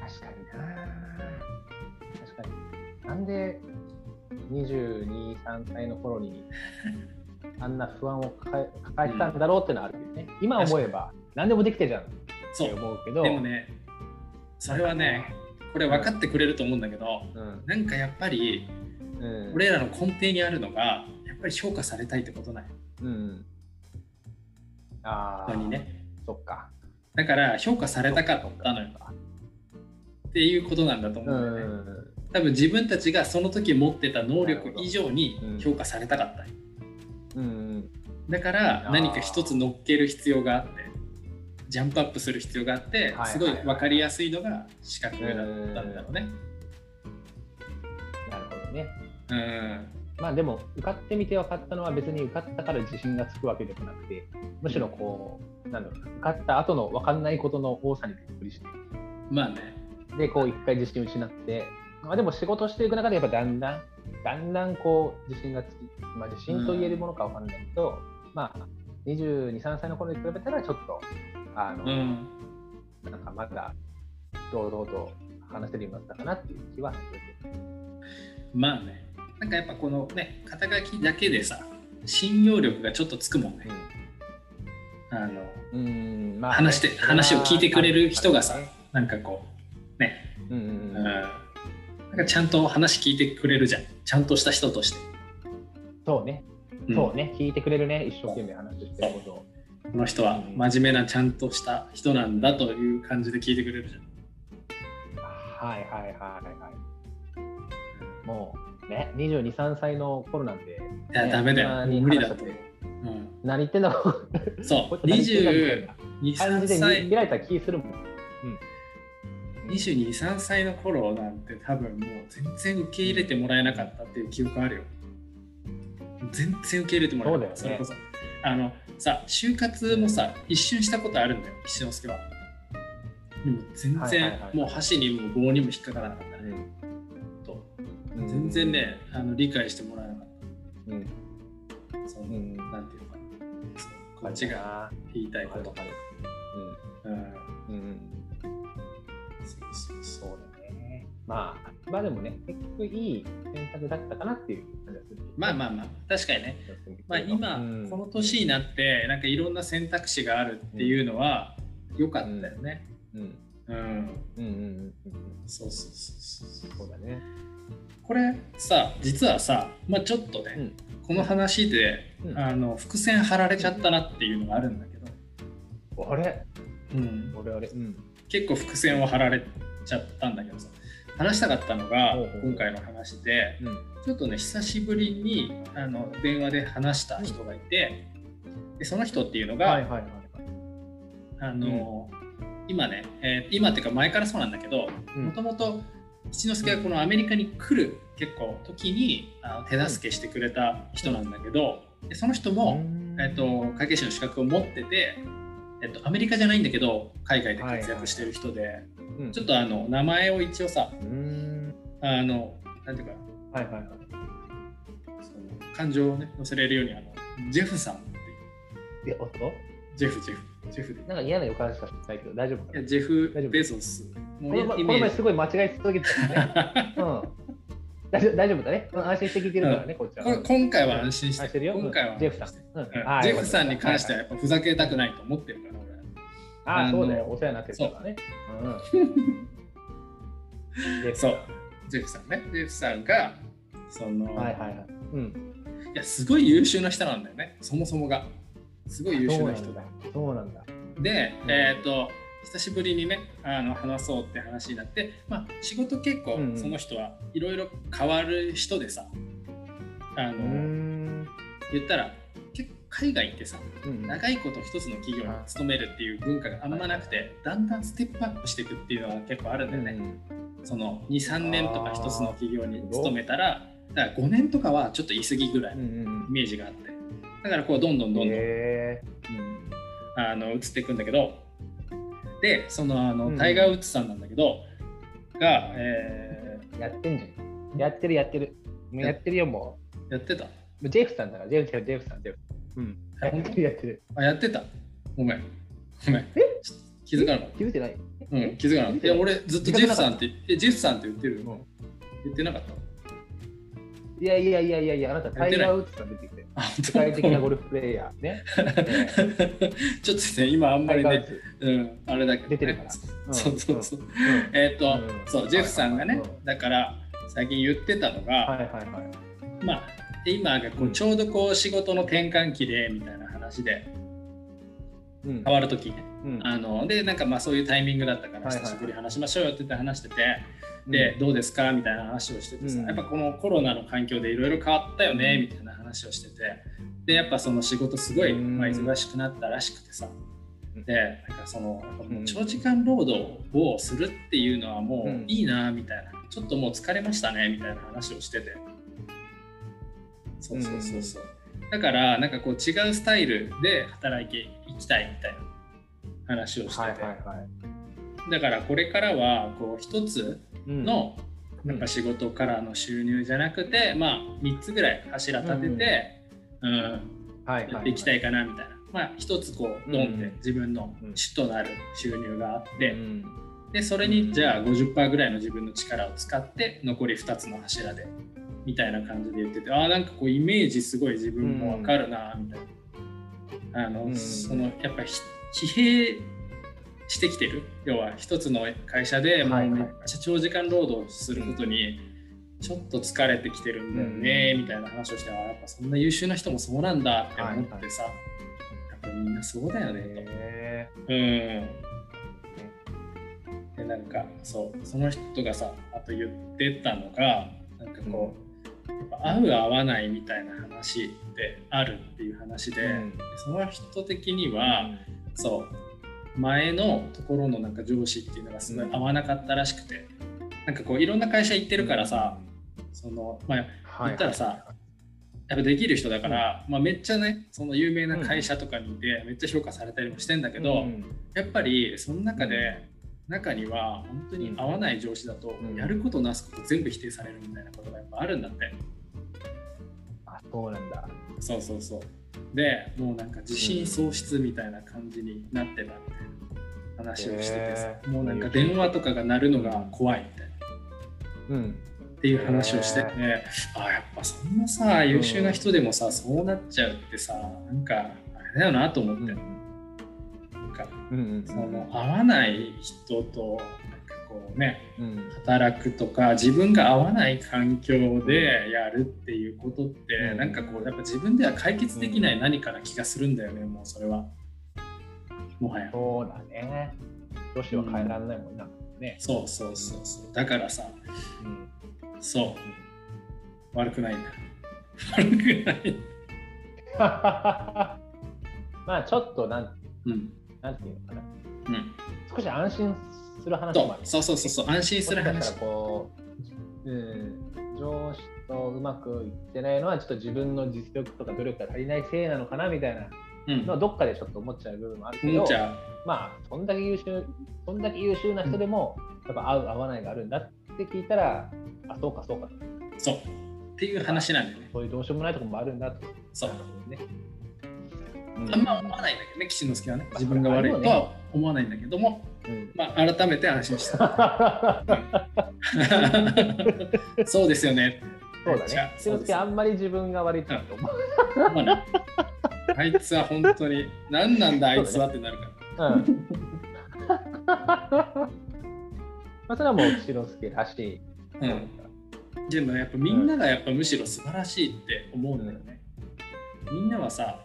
確かにな確かになんで223歳の 頃にあんな不安を抱え抱えてたんだろうってのはあるけどね、今思えば何でもできてるじゃんっ
そ
て
う
思うけど
でもねそれはねこれ分かってくれると思うんだけど
うん
なんかやっぱり
うん
俺らの根底にあるのがやっぱり評価されたいってことない
うんああ
のにね
そっか
だから評価されたかったのよっていうことなんだと思
う
うんだよね、
ん
多分自分たちがその時持ってた能力以上
なるほ
に
ど
評価されたかった、
うん
だか
あ
ら
ー
何か一つ乗っける必要があってジャンプアップする必要があって
はい
すごい分かりやすいのが資格だったんだろうね
なるほどね
うん、
まあでも受かってみて分かったのは別に受かったから自信がつくわけでもなくてむしろこうなんだろう受かった後の分かんないことの多さにびっくりして
まあね
でこう一回自信を失って、まあ、でも仕事していく中でやっぱだんだんだんだんこう自信がつき、まあ、自信と言えるものかわかんないけど、まあ2 2 3歳の頃に比べたらちょっとあの、
うん
なんかまだ堂々と話せるようになったかなっていう気はしてて
まあねなんかやっぱこのね肩書きだけでさ信用力がちょっとつくもんねあの
うん、うんまあ
話して話を聞いてくれる人がさなんかこうね
うんう
うんん
うん、
なんかちゃんと話聞いてくれるじゃんちゃんとした人として、
そうね、
うん
そうね、聞いてくれるね、一生懸命話してることを。
この人は真面目なちゃんとした人なんだという感じで聞いてくれるじゃん
はいはいはいはい。もうね、22、3歳の頃なんて、
いや、
ね
ダメだよ。
大人に
無理だって
話し。
うん、
何言ってんだろう、
そう、
何言ってんだみた
22、
いな感じ
3
で見
歳、
見られた気するもん。
22、3歳の頃なんて多分もう全然受け入れてもらえなかったっていう記憶あるよ。全然受け入れてもらえなかった、
そ
そう
だ
れ
よね
こそ。あのさ、就活もさ、一瞬したことあるんだよ、岸之助は。でも全
はいはい
然
はい
もう箸にも棒にも引っかからなかったね。と
うん
全然、ね、あの理解してもらえなかっ
うん
た。その
うん
なんていうのかな。そうこっちが言いたいこと
わかる
うん
うんうん
そうそうそう
そうだね。まあ、まあでもね、結局いい選択だったかなっていう感じがする。
まあまあまあ確かにね、まあ、今
うん
この年になってなんかいろんな選択肢があるっていうのは良かったよね。
うん
うん、
うんうんうん
そうそうそうそう
うん、そうだね。
これさ実はさ、まあ、ちょっとね、
うん
この話で、
うん
あの伏線張られちゃったなっていうのがあるんだけど、
あれ
うん、
俺あれうん。
結構伏線を張られちゃったんだけどさ話したかったのが
ほうほう
今回の話で
うん。
ちょっとね久しぶりにあの電話で話した人がいて、でその人っていうのが、
はいはいはい。
あの今ね、えー今っていうか前からそうなんだけど
うん
もともと七之助がこのアメリカに来る結構時にあの手助けしてくれた人なんだけどでその人も、えっと会計士の資格を持ってて、えっとアメリカじゃないんだけど海外で活躍してる人で、
うん、
ちょっ
と。
とあの名前を一応さ
うん。
あのなんていうか
はいはいはい。
その感情をね載せれるようにあのジェフさんっていう
え、おっと
ジェフジェフジェフでい
なんか嫌な予感しかしないけど、大丈夫か
や
な
ジェ
大丈
フ・
夫
ベゾス
この
のイ
前この
メ
前
ージ
すごい間違え続けて たね。うん。大丈夫大丈夫だね。うん安心して聞いてるからね、こっちは。
これ今回は安心し
安
て
心してるよ。
今回は
う
安
んジェ
心
フさ
して。
んうん
うん
あー
ジェフさんに関しては
よ
やっぱふざけたくないと思ってるから俺
かったはいはいあー、
あの
そうだよ。お世話になってるからね。うん。ジェフさ
そ
ん
うジェフさんねジェフさんがその、
はいいはいはい。うん。
やすごい優秀な人なんだよねそもそもがすごい優秀
そう
な
な
人
ん
だ
だ。そうなんだ。
で、
うん
えっ、と久しぶりにねあの話そうって話になって、まあ、仕事結構
うんうん
その人はいろいろ変わる人でさあの、
うーん。
言ったら結構海外ってさ
うん
長いこと一つの企業に勤めるっていう文化があんまなくてだんだんステップアップしていくっていうのは結構あるんだよね、その23年とか一つの企業に勤めたらだから5年とかはちょっと言い過ぎぐらい
うん
のイ
うん。
メージがあってだからこうどんどんどんどん、
へ
あの移っていくんだけどでそのあ
う
の
ん
タイガー・ウッズさんなんだけど、が、え
ーやってんじゃん。やってるやってる。もうやってるよ、も
ーやってた
う。ジェフさんだから、ジェフジェフジェフさん、ジェフ。うん。やってるやってる。
あやってたごめんごめんちょっと気づかなかっ
気づいてない
た、うん、気づかなかったいや俺ずっとジェフさんってえジェフさんって言ってる
う
よ
ん
言ってなかった
いやいやいやいやいや、あなたタイガー・ウッズさん出てきて、
あ
世界的なゴルフプレイヤ ーね。
ちょっとね、今あんま
タイ
り
ガー・ウ
ね
ッ、ズ。
うん、あれだけどね、
出てるからうん
そうそうそう。
うん
えっ、と、
うん
そう、ジェフさんがね、
うん
だから最近言ってたのが、
はいはいはい。
まあ、今がこ
う
うんちょうどこう仕事の転換期でみたいな話で
うん
変わる時ね、
うん
あのでなんかまあそういうタイミングだったから
はいはい
久しぶりに話しましょうよって言って話してて、でどうですかみたいな話をしててさ、
うん
やっぱこのコロナの環境でいろいろ変わったよねみたいな話をしててでやっぱその仕事すごい、
うん
まあ、忙しくなったらしくてさ
うん
でなんかそのやっぱもううん長時間労働をするっていうのはも
うん
ういいなみたいな、ちょっともう疲れましたねみたいな話をしててそうそうそうそう、だからなんかこう違うスタイルで働いていきたいみたいな話をしてて、
はいはいはい。
だからこれからはこう一つ
うん、
のやっぱ仕事からの収入じゃなくて、まあ3つぐらい柱立てて、うん
はいはいはい
やっていきたいかなみたいなまあ、一つこうドンっ
う
て
ん
自分の
うん
主となる収入があっ
う
て、
ん
でそれにじゃあ50%ぐらいの自分の力を使って残り2つの柱でみたいな感じで言っててああんかこうイメージすごい自分もわかるなみたいな、あの
うん
そのやっぱひ疲弊してきてる要は一つの会社でも
は
う
いは
め
いは
っ
い
ちゃ長時間労働することにちょっと疲れてきてるんだよねみたいな話をしてあやっぱそんな優秀な人もそうなんだって思ってさ、やっぱみんなそうだよねと。
へ
うん。でなんかそうその人がさあと言ってたのがなんかこう、やっぱ合う合わないみたいな話ってあるっていう話で、
うん
その人的に
ー
は、そう前のところのなんか上司っていうのがすごい合わなかったらしくて、なんかこういろんな会社行ってるからさ、そのまあ
はい
言ったらさ、やっぱできる人だから、まあ、めっちゃねその有名な会社とかにいて、めっちゃ評価されたりもしてんだけど、
うん
やっぱりその中で中には本当に合わない上司だと
うん
やることなすこと全部否定されるみたいなことがやっぱあるんだって
あそうなんだ
そうそうそうでもうなんか自信喪失みたいな感じになってたみたいな話をしててさ
へ、ー
もうなんか電話とかが鳴るのが怖いみたいな
うん
っていう話をしてて、あやっぱそんなさ優秀な人でもさ、そうなっちゃうってさなんかあれだよなと思っ
うん
て、なんか
うん
その合わない人となんかこうね
うん
働くとか自分が合わない環境でやるっていうことって、
うん
なんかこうやっぱ自分では解決できない何かな気がするんだよね、もうそれはもはや
そうだね女子は変えられないもんなね
そうそうそうそうだからさ
うん
そう悪くないんだ悪くない
まあちょっとなん
うん
なんていうのかな
うん
少し安心する話もある
そうそうそうそう安心する
もしかし
話
たらこう、うん、上司とうまくいってないのはちょっと自分の実力とか努力が足りないせいなのかなみたいな
うん
のはどっかでちょっと思っちゃう部分もあるけ
思
ど
っちゃ
まあそんだけ優秀そんだけ優秀な人でも、やっぱ合う合わないがあるんだって聞いたらあそうかそうか
うそうっていう話なんだよね
そういうどうしようもないところもあるんだと
そう
ね、
あんま思わないんだけどね岸之助はね
まあ
自分が悪いとは思わないんだけども、
うん
まあ、改めて安心した そうですよね。
そうだ
じゃ
ね
あ。
しのすけあんまり自分が悪いと思う。
まあねあいつは本当に何なんだあいつはってなるから。
うん。 まあそれはもうしのすけらしい。
うん、でもやっぱみんながやっぱむしろ素晴らしいって思うんだよね。みんなはさ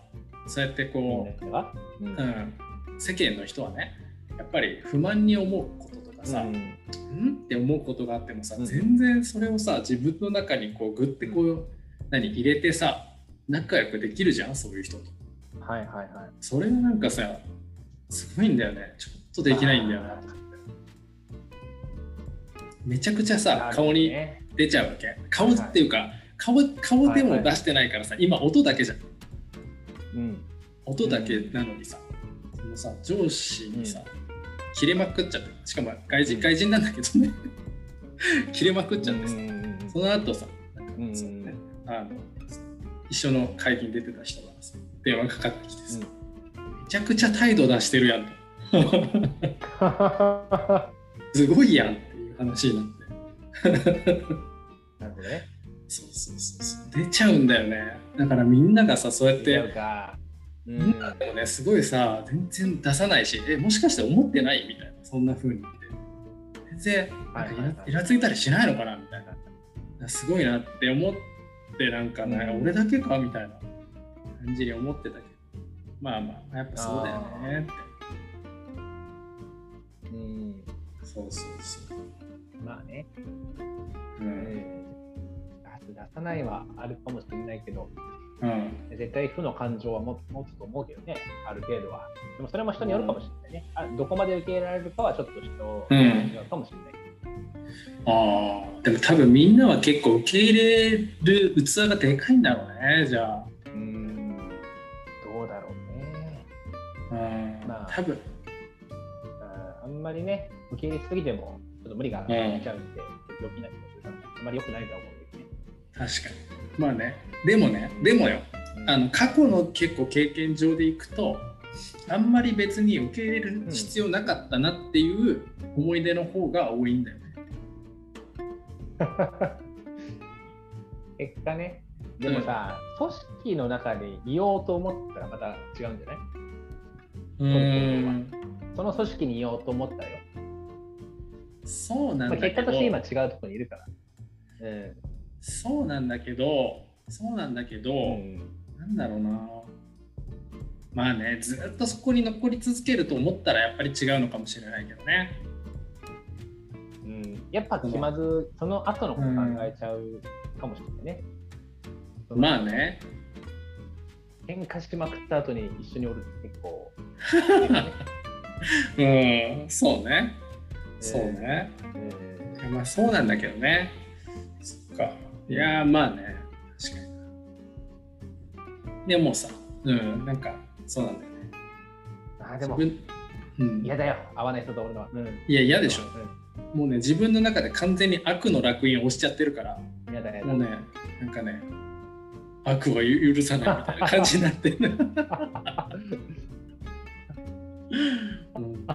そうやってこ
みんながうん
う、うん、世間の人はねやっぱり不満に思うこととかさ、
うん
んって思うことがあってもさ、
うん
全然それをさ自分の中にこうグッてこう、何入れてさ仲良くできるじゃんそういう人と。
はいはいはい。
それがなんかさすごいんだよねちょっとできないんだよな
あー
めちゃくちゃさ
なるほ
顔
ど
に
ね
出ちゃうわけ顔っていうか顔顔でも出してないからさ今音だけじゃん
うん。
音だけなのにさそのさ上司にさ切れまくっちゃってしかも外人
うん
外人なんだけどね 切れまくっちゃってさ
うん
その後さなんか
うん
そうねあの一緒の会議に出てた人がさ電話かかってきてさ
うん
めちゃくちゃ態度出してるやんと。 すごいやんっていう話になって。
なるほどね。
そうそうそうそう。出ちゃうんだよね。だからみんながさ、そうやっ
違
て
う、か。う
みんなでもね、すごいさ、全然出さないし、え、もしかして思ってないみたいな、そんな風に言って。全然、
は
ない
はい
ん
は
か
い
イライラついたりしないのかなみたいな。すごいなって思って、なんかね、
うん
俺だけかみたいな感じに思ってたけど。まあまあ、やっぱそうだよねって。
うん。
そうそうそう。
まあね。
う。
うんん出さないはあるかもしれないけど、
うん
絶対負の感情は持つ持つと思うけどね、ある程度は。でもそれも人によるかもしれないね。あどこまで受け入れられるかはちょっと人によるかもしれないけど。
ああでも多分みんなは結構受け入れる器がでかいんだろうねじゃあ
うん、どうだろうね。
うん、
まあ
多分
ああんまりね、受け入れしすぎても、ちょっと無理が出ちゃうんで、病気になっちゃうからあんまり良くないとは思うけどね。
確かにまあねでもねでもよ
うん
あの過去の結構経験上でいくとあんまり別に受け入れる必要なかったなっていう思い出の方が多いんだよね。
結果ねでもさ、組織の中にいようと思ったらまた違うんじゃない
うん
その組織にいようと思ったらよ、
そうなん
ま
だ
あ、
け
結
ど、
果として今違うところにいるからうん
そうなんだけどそうなんだけど、
うん
なんだろうなまあねずっとそこに残り続けると思ったらやっぱり違うのかもしれないけどね。
うん、やっぱ気まずその後のこと考えちゃうかもしれないね、
まあね
喧嘩しまくった後に一緒におるって結構、
うんそうねそうね。
う
い
ん
やまあそうなんだけどね。そっか。いやーまあね。確かに。でもさ、うん、なんかそうなんだよね。
あでも
自分うん、い
嫌だよ合わない人と俺のは、うん、
や、嫌でしょ。
う
もうね、自分の中で完全に悪の楽園を押しちゃってるから、
ん、嫌だ嫌だ
もうね、なんかね、悪はゆ許さないみたいな感じになって る、うん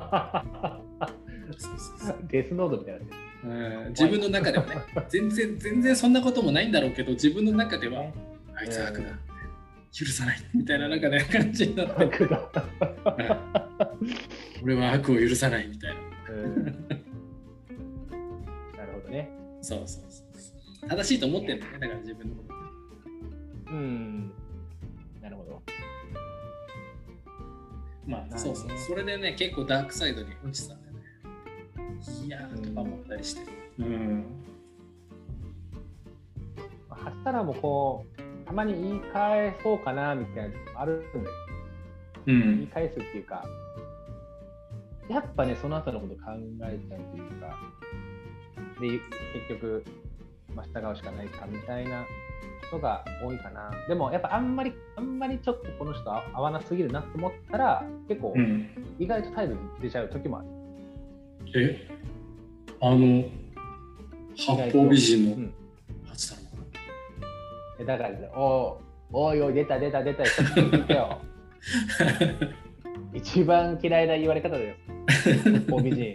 そうそうそう
デスノードみたいな
うん自分の中ではね、全然、全然そんなこともないんだろうけど、自分の中では、あいつは悪だ、許さないみたいななんかね感じになって
悪だ、
俺は悪を許さないみたいな
うん、なるほどね
そうそうそう正しいと思ってんだねだから自分のこと
うんなるほど
まあ
なる
そ
ほど
うそうそれでね結構ダークサイドに落ちてたんだよねいやーとか思ったりしてうん
まあはしたらもうこうたまに言い返そうかなみたいなのもあるんだけど
う
言い
ん
返すっていうかやっぱねその後のこと考えちゃうというかで結局、まあ、従うしかないかみたいなことが多いかなでもやっぱあんまりあんまりちょっとこの人合わなすぎるなと思ったら結構
うん
意外と態度出ちゃう時もある、
えあの八方美人
う
の
ん
八太郎か
えだからねおーおいおい出た出た出た久しぶりに聞いたよ 一番嫌いな言われ方だよ八方美人違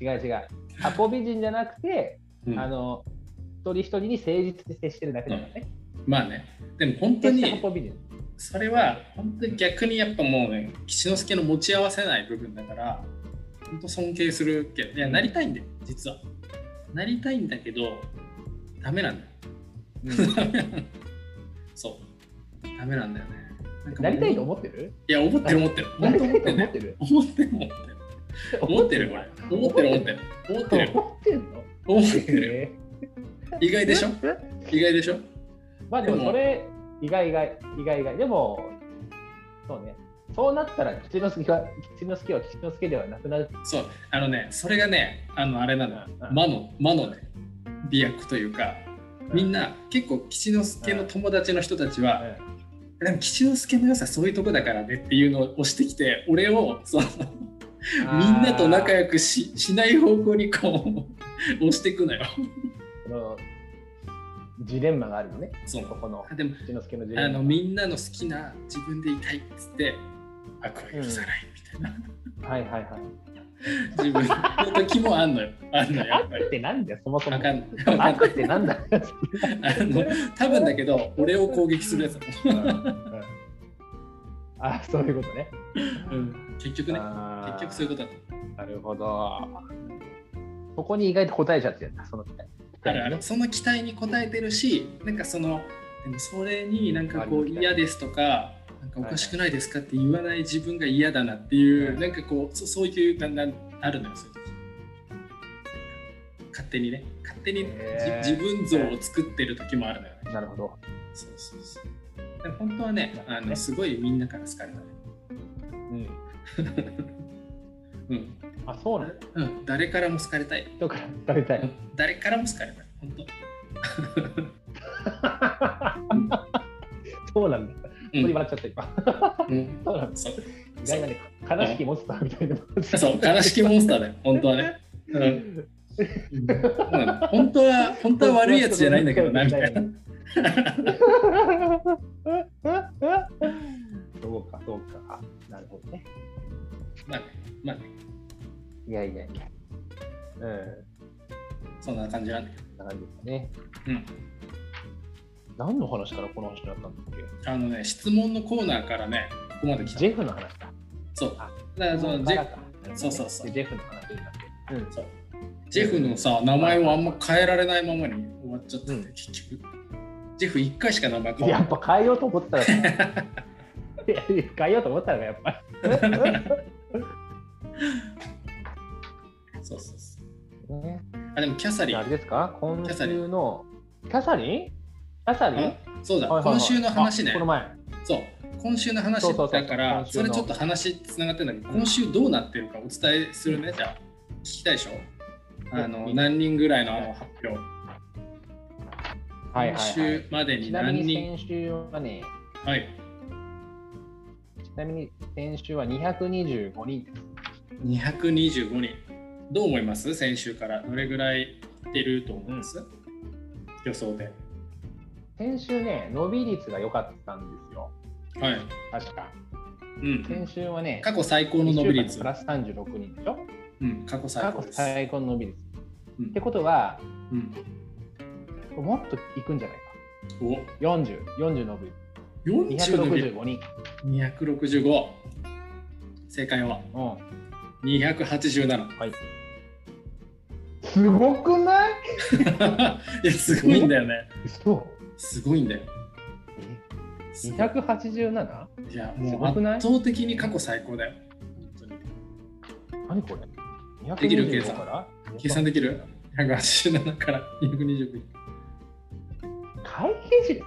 う違う八方美人じゃなくて
うん
あの一人一人に誠実に接してるだけだからね。
まあねでも本当
決して
に
八方美人。
それは本当に逆にやっぱもうね吉之助の持ち合わせない部分だから本当尊敬するけどいやなりたいんだよ実はなりたいんだけどダメなんだよ そうダメなんだよねんかもう
なりたいと思ってる？
いや思ってる思ってる
な
本
り
当
た
思って
いと
る
思っ
ね
てる？
思ってる思ってる思ってるこれ思ってる思ってる思ってる
思ってるの？
思ってる意外でしょ 意外でしょ
まあで
で
も
も
それ意外意外意外意外でもそうね。そうなったら吉之助は吉之助は吉之助ではなくなる。
そうあのねそれがねあのあれなのよ魔の魔のね美薬というかみんな結構吉之助の友達の人たち
う
は、
ん
でも吉之助の良さそういうとこだからねっていうのを押してきて俺をそのみんなと仲
あー
良くししない方向にこう押していくのよ。
このジレンマがあるのね。
そう
ここの
でも
吉之助のジレンマ。
あのみんなの好きな自分でいたいっつって悪は許さないみたいな、
はいはいはい。
自分の時もあんのよ。あんのよやっぱり
悪。ってなんだよそもそも
わ。かんない。わかんな
悪
い
ってなんだよ。
あの多分だけど俺を攻撃するやつだもん
あそういうことね。
うん結局ね
あ
結
ー
局そういうことだと
なるほど。そこに意外と答えちゃってるんだ、その期待。
あるあるその期待に応えてるしなんかそのでもそれになんかこ
周
う
りの期待
嫌ですとかなんかおかしくないですかって言わない自分が嫌だなって
はい
い
は
う
い
なんかこうそそういうなんなんあるのよそういう時勝手にね勝手にじ
へー
自分像を作ってる時もあるのよね
なるほど。
そうそうそうでも本当はねあのすごいみんなから好かれたね
うん。
うん
あ、そうなんだ。
うん誰からも好かれたい
人から食べたい。
誰からも好かれない本当、
そうなんだ。
う
鳥
ん
笑っちゃった今。
うん
そうなんだ。
そう
意外なね、悲しきモンスターみたいな。
そう悲しきモンスターだよ本当はね、 うん、そうなの本当は本当は悪いやつじゃないんだけどなみたいな。
そうか、そうか。あなるほどね。
まあね、まあね、
いやいやいや。うん。
そんな感じなんだけど。
そんな感じですかね。
うん。
何の話からこの話になったんだっ
あのね、質問のコーナーからね、ここまで
け
来た。
ジェフの話だ。
そう。
あ
だからそのジェフそうそうそう
ジェフの話になって。うん。
そうジェフのさ、名前をあんま変えられないままに終わっちゃったんだよ、
う
結局。ジェフ1回しか名前変わ
や
ら
っ
ない。
ぱ変えようと思ったらかいや変えようと思ったらかやっぱ
そうそうそう。
り、ね、
あ、でもキャサリン
あ。れですか今
キャサリン
週のキャサリンキャサリン、
あそうだ、
はいはいはい
今週の話ね
あこ。の前
そう。今週の話
そうそうそう
だから、それ
今週の
ちょっと話つながってんだけど、今週どうなってるかお伝えするね、じゃあ。聞きたいでしょあの
うん
何人ぐらいの発表、
はい
今
はい、はい
週、までに
ちなみ
何
に
人
先週はね
はい
ちなみに先週は225人です
225人どう思います先週からどれぐらいいってると思います、予想で
先週ね伸び率が良かったんですよ
はい、
確か
うん、
先週はね
過去最高の伸び
一
率
週間でプラス36人でしょ
うん、過去最
過
高
去
です、
最高の伸び率
う
っ
ん
てことは
うん、
もっといくんじゃないか
お
4040 40伸び率
40伸びる
265人。
265正解は
うん。
287
はい。すごくない
いやすごいんだよね
そう。
すごいんだよすごい
287?
いや
す
もう
ごく
圧
ない
倒的に過去最高だよ本当に
何これ225
できる計算
から
計算できる ?187 から225
会計士で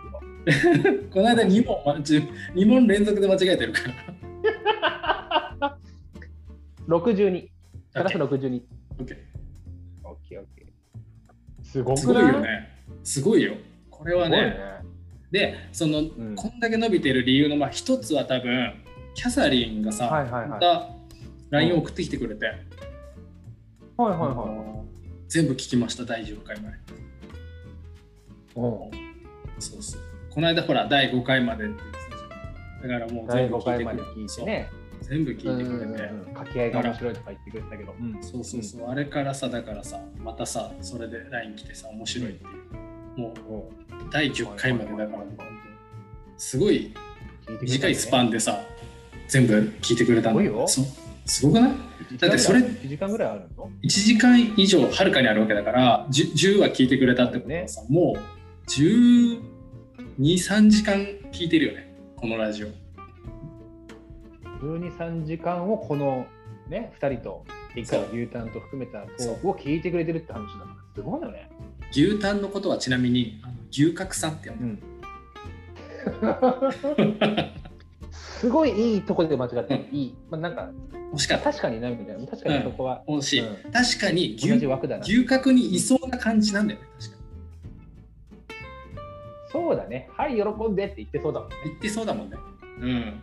すよ。
この間2問まじ二問連続で間違えてるか
62。プ
ら
ラ ス62。
オッケー
オッケーオッケー。すご
す
く
ご
ない
いよ。ねすごいよこれは
すごい
ねでその、
ん
こんだけ伸びてる理由のまあ一つは多分キャサリンがさ、
はいはいは
ま
い
た LINE を送ってきてくれて、
はいはいはい。
全部聞きました第10回まで
お
そうそうこの間ほら第5回までって言ってたじゃんだからもう
第
全部
5
聞い
回
て
ま
く
で
れ
聞い
そ
て
う
ね。
全部聞いてくれて、
うんうんうん掛け合いが面白いとか言ってくれたけど。うん
そうそうそう、あれからさ、だからさ、またさ、それで LINE 来てさ、面白いっていう。もう第10回までだから、本当にすごい短いスパンでさ、全部聞いてくれたんだ
すごいよ
そすごくないだってそれ
1時間ぐらいあるの
?1 時間以上はるかにあるわけだから、10, 10は聞いてくれたってことはさ、もう12、3時間聞いてるよね、このラジオ。
12、3時間をこのね、2人と、理科、牛タンと含めたトークを聞いてくれてるって話だから、すごいよね。
牛タンのことはちなみに、あの牛角さんって呼んでる。
すごいいいとこで間違ってる、いい、まあ、なんか
惜しかった。
確かにないみたいな、確かにそこは、
惜しい。
う
確かに
同
牛
じ枠だな。
牛角にいそうな感じなんだよね、確か
そうだね、はい、喜んでって言ってそうだもんね。
に。言ってそうだもんね。うん。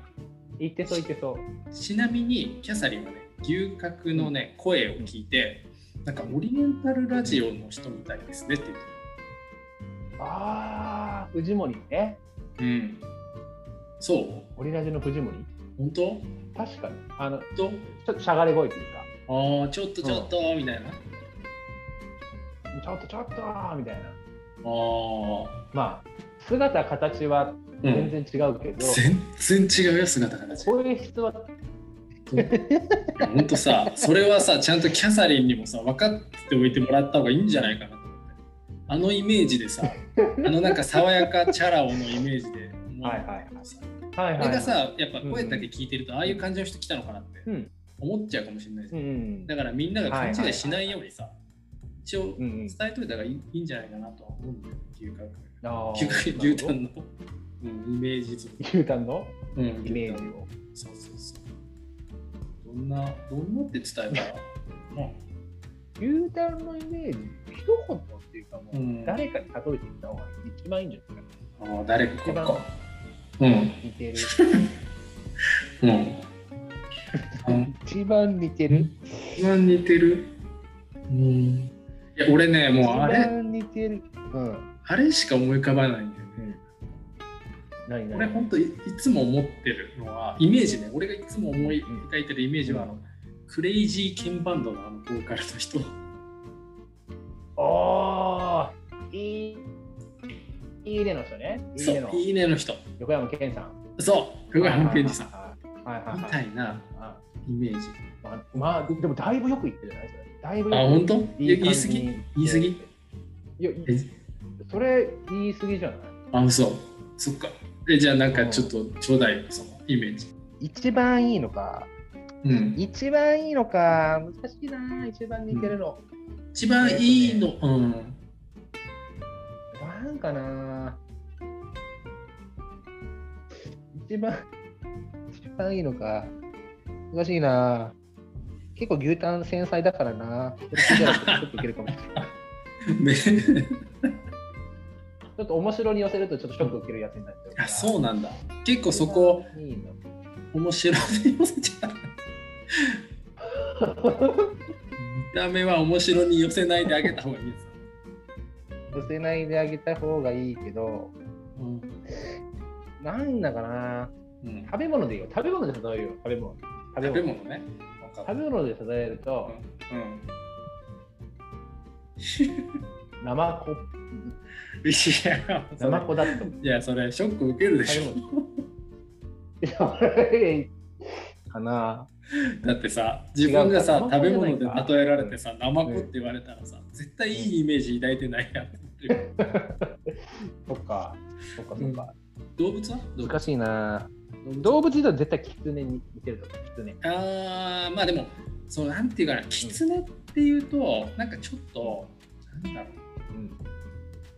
言ってそう言ってそう。
ちなみに、キャサリンはね、牛角のね、声を聞いて、なんかオリエンタルラジオの人みたいですねって言って
ああ、藤森ね、
た。うん。そう
オリラジの藤森、
本当
確かに、あの、ち
本
ょっとしゃがれ声というか、
当ああ、ちょっとちょっと、みたいな。あ
ちょっとちょっとーみたいな。
あ。
まあ、姿、形は
う
全
ん。
然違うけど、
全然違うよ、姿形。
声質は、
いやほんとさ、それはさ、ちゃんとキャサリンにもさ、分かっておいてもらった方がいいんじゃないかなと思って。あのイメージでさ、あのなんか爽やかチャラ男のイメージで、
はいはいはい
さ
はい
あれがさ、やっぱ声だけ聞いてると、ああいう感じの人来たのかなって
うん
思っちゃうかもしれないじ
う
ゃん。
ん
だからみんなが勘違いしないようにさ、一応
うんうん
伝えといた方がいいいいんじゃないかなとは思うんだよ、牛角。
あ
牛
ー
角牛タンの、うん、イメージ像。
牛タンの
うん、
イメー
牛
ジ
タン
を
そうそうそう。どんな、どんなって伝えたら、うん
牛タンのイメージ一言っていうかもう、
うん
誰かに例えていった方が一番いいんじゃないか
あー誰か
一番
か。うん。
似てる
うん。
一番似てる
一番似てる。うん。いや、俺ね、もうあ
一
れ、
番似ている。うん。
あれしか思い浮かばないんだよね。
何
俺ほん
何
といいつも思ってるのはイメージね俺がいつも思い描いてるイメージはあの、クレイジーケンバンドのあのボーカルの人
ああ、いい。いいねの人ね。いい
そ
ね
う
の。
いいねの人
横山健さん。
そう福山健二さん
ん。はいはい
み
はい
たいな
あ
イメージ
まあ、まあ、でもだいぶよく言ってるじゃないですか。だいぶ
あ本当いや言い過
す
ぎ言い過ぎ
いや、い
え
それ言い過ぎじゃない
あそうそっかえじゃあなんかちょっとちょうだいよそのイメージ
一番いいのか、
うん
一番いいのか、難しいな、一番似てるの。
一番いいのうん
なんかな、一番、一番いいのか、難しいな。結構牛タン繊細だからな。これ聞いたらちょっといけるかもしれない。
ね
ちょっと面白に寄せるとちょっとショック受けるやつになっちゃうから。
あそうなんだ結構そこ
いいの
面白い寄せちゃう見た目は面白に寄せないであげた方がいいです
寄せないであげた方がいいけど、
うん
なんだかな。
うん
食べ物でいいよ。食べ物で例えよう。食べ物。食べ
食べ
物。
物ねわか
食べ物で例えると、
べうん
ナマコ、
いや
ナ
それ
マコだと思う。
いやそれショック受けるでしょ
食べ 物。かな。
だってさ自分が
違
さ
うか
食べ物
生子じゃないか
で例えられてさナマコって言われたらさ絶対いいイメージ抱いてないやんっていう
そっか。そっかそっか。
動物は動
難
物
しいな。
動物
動物で言うと絶対キツネに似てると思う。キツネ。
あーまあでもそうなんていうかなキツネっていうとなんかちょっとなんだろう
うん、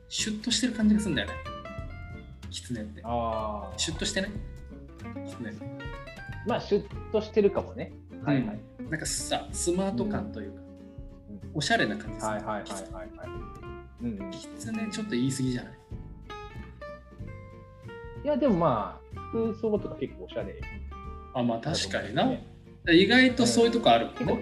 シュッとしてる感じがするんだよねキツネって
ああ。
シュッとしてねキツネって
まあ、シュッとしてるかもね。はいはい。
なんかさスマート感というか、
うん
おしゃれな感じです
はい
ね、
はいはいはいはい。うんうん、い
キツネちょっと言い過ぎじゃない
やでもまあ服装とか結構おしゃれだ
あまあ
と思う
確かに
ん
な
で、
意外とそういうとこあるもん
結
ね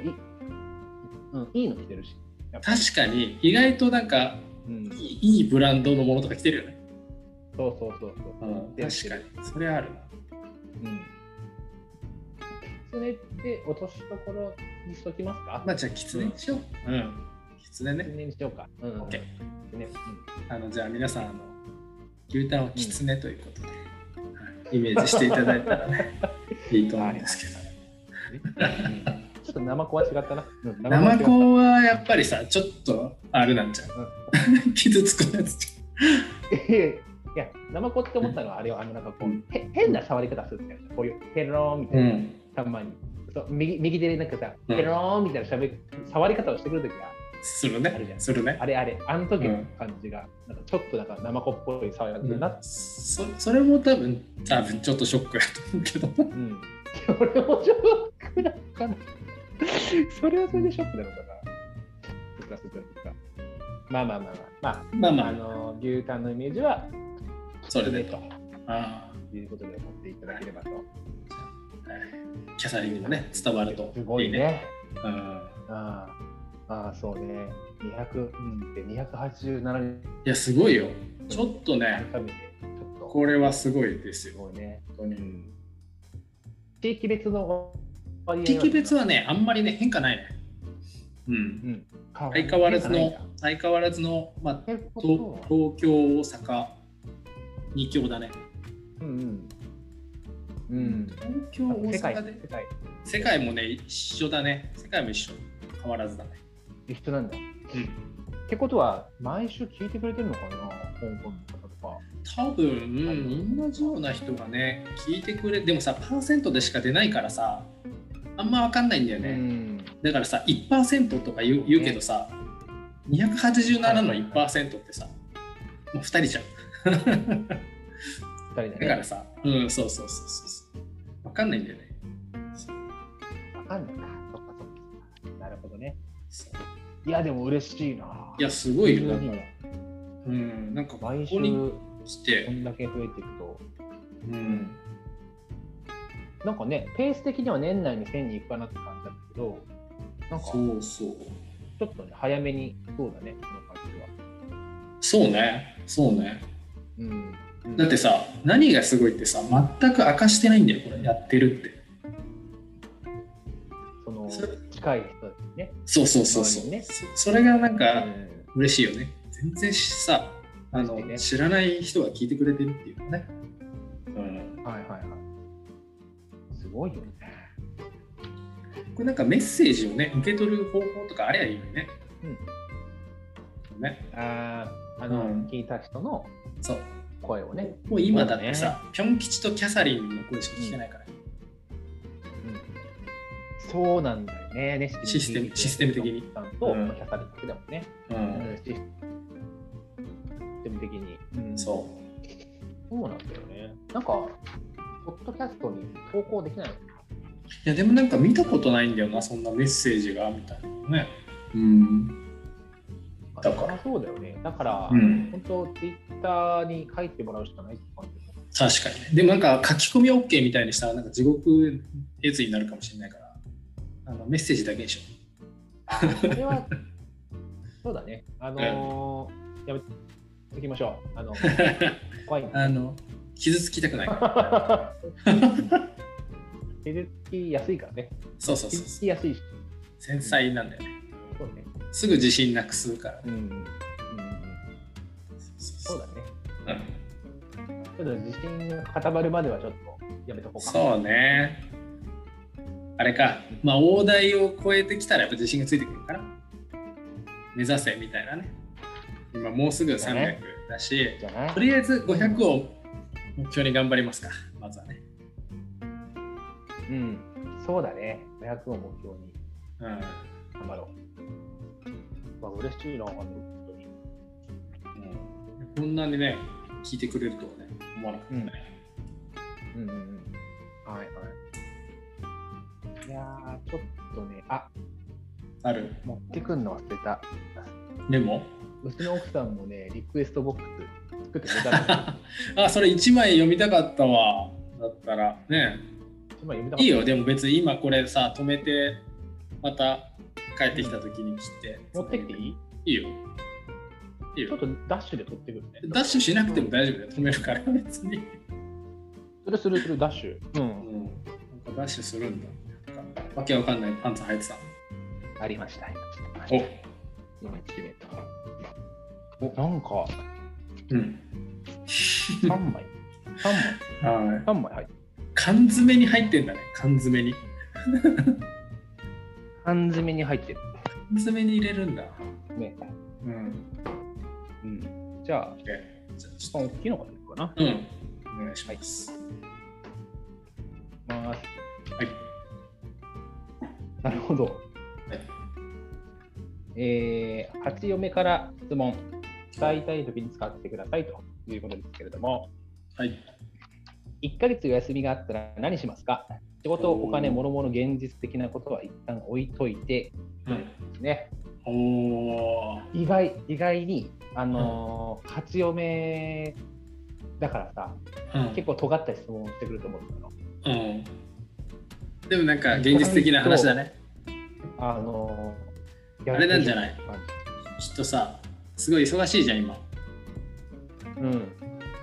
構いい、うん、いいの着てるしやっぱり
確かに意外となんか
うん
い、いいいブランドのものとか着てるよね、
そうそうそうそうう、
ん、確かにそれあるな
うん、それって落としどころにしときますか、
まあじゃあキツネにしよううんキツネ
キ
ね
ツネにしようか。うんうん、
オッケ
ね、
あのじゃあ皆さんあの牛タンはキツネということで、はいイメージしていただいたら ねいいと思うんですけど
うんうんちょっとナマコは違ったな。うんナ
生
は違っ
子はやっぱりさちょっとあれなんじゃん 傷つくやつじ
たいや、ナマコって思ったのはあれよ、あのなんかこ
う
う、
ん
へ変な触り方するんだよ。こういう、ペローンみた
ゃん
いうな、
ん
たまに。そう右右手でなんかさ、
うん
ペローンみたいなしゃべ触り方をしてくるときは、
する
あるじ
ね
ゃん
するね
あれあれ、あの時の感じが、なんかちょっとなんかナマコっぽい触り方するなって。
そそれも多分多分ちょっとショックやと思うけど
うん。俺もショックだったな。それはそれでショックなのかな。そっかそっかそっか。まあまあまあまあ。
まあ
まあ、
ま
あ
あ
の牛タンのイメージは
それ
ね
で
と
とあ
いうことで思っていただければと。
あ、はい、キャサリンにもね伝わると
すごいね。
うん
ああああ、そうね。200、うん、で287
いやすごいよちょっとね
年で、ちょっと、
これはすごいです
す
よ
ごいね。
本当に
地域別の割合は
地域別はねあんまりね変化ないねうん
うん、
相変わらず
ない
の
んだ。
相変わらずのまあ
ということ
東
は
東京大阪二強だね
うんうん。うん。
東京
あ
大
と世界、
阪で
世界、
世界もね一緒だね世界も一緒変わらずだね
一緒なんだ。
うん
ってことは、毎週聞いてくれてるのかな、香港の方とか。
多分同じような人がね聞いてくれでもさパーセントでしか出ないからさあんま分かんないんだよね、
ん。
だからさ1%とか言う言うけどさ287の1%ってさもう2人じゃん
二人でね。
だからさうんそうそうそうそうそう分かんないんだよね
わかんないか。そっかそっか。なるほどね。
そう
いや、でも嬉しいな。
いや、すごいよだからうんなんかここ
毎週、
に
こ
来て
んだけ増えていくと、
うん
なんかね、ペース的には年内に1000人いくかなって感じだったけど、なんか、
そうそう
ちょっとね、早めに、そうだね、この感じは。
そうねそうね
うん、
だってさ何がすごいってさ全く明かしてないんだよこれやってるって
その
それ
近い人ですね。
そうそうそうそう、
周りにね
そそれがなんか
うん
嬉しいよね全然しさあ
確
の、
かにね
知らない人が聞いてくれてるっていうかねうん
はいはいはい。すごいよね。
これなんかメッセージをね受け取る方法とかありゃいいよねね
あーあの、
うん
聞いた人の
そう
声をね。
もう今だってさ、ピョン吉とキャサリンの声しか聞けないから、
うんそうなんだよね。ね
システムシステム的に。
さんと、
うん
まあキャサリンだけだもんね。うんシステム的に。うん
そ
そうなんだよね。なんか、ポッドキャストに投稿できないの
ういやでもなんか見たことないんだよなそんなメッセージがみたいなねうん
かな
だから
そうだよね。だから、
うん
本当、ツイッターに書いてもらうしかないって感じ。
確かにねでもなんか書き込み OK みたいにしたらなんか地獄絵図になるかもしれないからあのメッセージだけにしよ
それは、そうだね。あのーやめときましょう。あの、
う
怖いな。
あの傷つきたくない
手つきやすいからね。
そうそう
手
そう
つ
そう
きやすいし。
繊細なんだよね
そうね。
すぐ自信なくすから
うん。うん、
そ
そう
う
だね。
だ、うん
ちょっと自信が固まるまではちょっとやめとこうか。
そうねあれかまあ大台を超えてきたらやっぱ自信がついてくるから目指せみたいなね今もうすぐ
そうだ
300
ね
だし
じゃない
とりあえず500を目標に頑張りますかまずはね
うん。そうだね。500を目標に
うん
頑張ろう。まあ、嬉しいな、本当に。
こんなにね、聞いてくれるとはね、思わなかったね。
うんうんうん。はいはい。いやー、ちょっとね、あ
ある。
持ってくんの忘れた。
でも、
うちの奥さんもね、リクエストボックス作ってくれたん だ
あ、それ1枚読みたかったわ。だったら、ね、
けど、今読みたか
いい
っ
よ、でも別に今これさ、止めて、また帰ってきた時に切って。
た。持ってきていい
いいよ。いい
ちょ
よ。
っとダッシュで取ってくるね。
ダッシュしなくても大丈夫だよ、止めるから、別に。
するするする、ダッシュ。う。
うんん、なんかダッシュするんだ。なんかわけわかんないパンツ履いてた。
ありました。ありました
お、
今決めた。お、なんか、
うん。
3枚。3枚。
はい。
3枚入ってる。
缶詰に入ってんだね、缶詰に。
缶詰に入ってる。
缶詰に入れるんだ。
ね。
うん。
うん。じゃあ、
じゃあ
一
ちょ
番
っ
大きいのがいいかな。
と、うん、お願いします。
まあ、
はい。
なるほど
はい。
えー、初嫁から質問、使いたい時に使ってくださいということですけれども、
はい。
1ヶ月お休みがあったら何しますか仕事、
おー
お金、もろもろ現実的なことは一旦置いといて、ね、
うん、おー
意外意外に、あのー初嫁だからさ、
うん
結構尖った質問をしてくると思ったの。
うん。でもなんか現実的な話だね。
あのー
あれなんじゃない
やって
きっとさ、すごい忙しいじゃん、今。
る感じうん。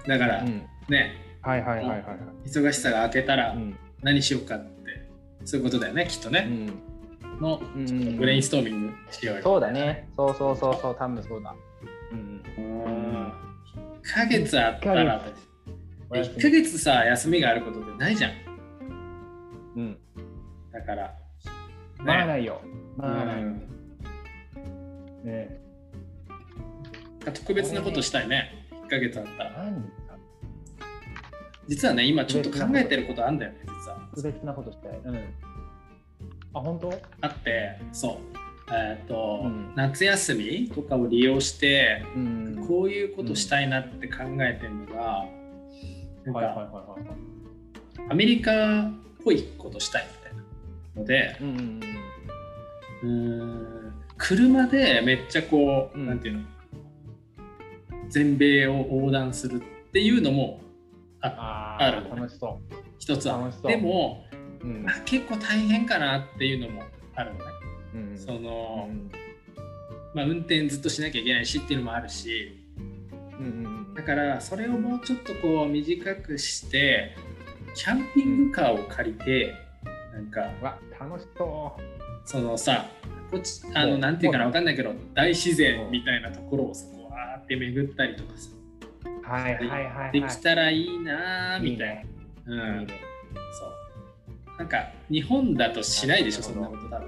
だから、
うん。
ね、
はいはいはいはいはい。
忙しさが明けたら
うん。
何しようかって、そういうことだよね、きっとね。の
うん。うん
ブレインストーミングしようよ。
そうだね。そうそうそうそう、多分そうだ。うん。
うん。1ヶ月あったら、
おやす
1
み
ヶ月さ、休みがあることってないじゃん。
うん。
だから。ね
まあないよ。まあな
う
い。
ん
ね。
特別なことしたいね、1ヶ月あったら。
何
実はね、今ちょっと考えてることあんだよね、実は。
特別なことしたい。うん。あ、本当？
あって、そう、えっと
うん
夏休みとかを利用して、
うん
こういうことしたいなって考えてるのが、なんか、
はいはいはいはいはい。
アメリカっぽいことしたいみたいなので、
うんうん
うーん車でめっちゃこう、
うん
なんていうの、全米を横断するっていうのも
あ
あ
あ
る
楽しそ
一つあ
楽しそう
でも、
う。うん
あ結構大変かなっていうのもあるのね、
うん
その、
うん
まあ、運転ずっとしなきゃいけないしっていうのもあるし
うんうん
だからそれをもうちょっとこう短くしてキャンピングカーを借りてなんか
うん。わ、楽しそ
そのさこっちあ
う
の
ん
なんていうかなわかんないけど大自然みたいなところをそこわーって巡ったりとかさ
う。はいはいはいはい。
できたらいいなーみたいな。う
い
ん
いね。いいね
そうなんか日本だとしないでしょ
な
そ
る
んな
ほど
こと多分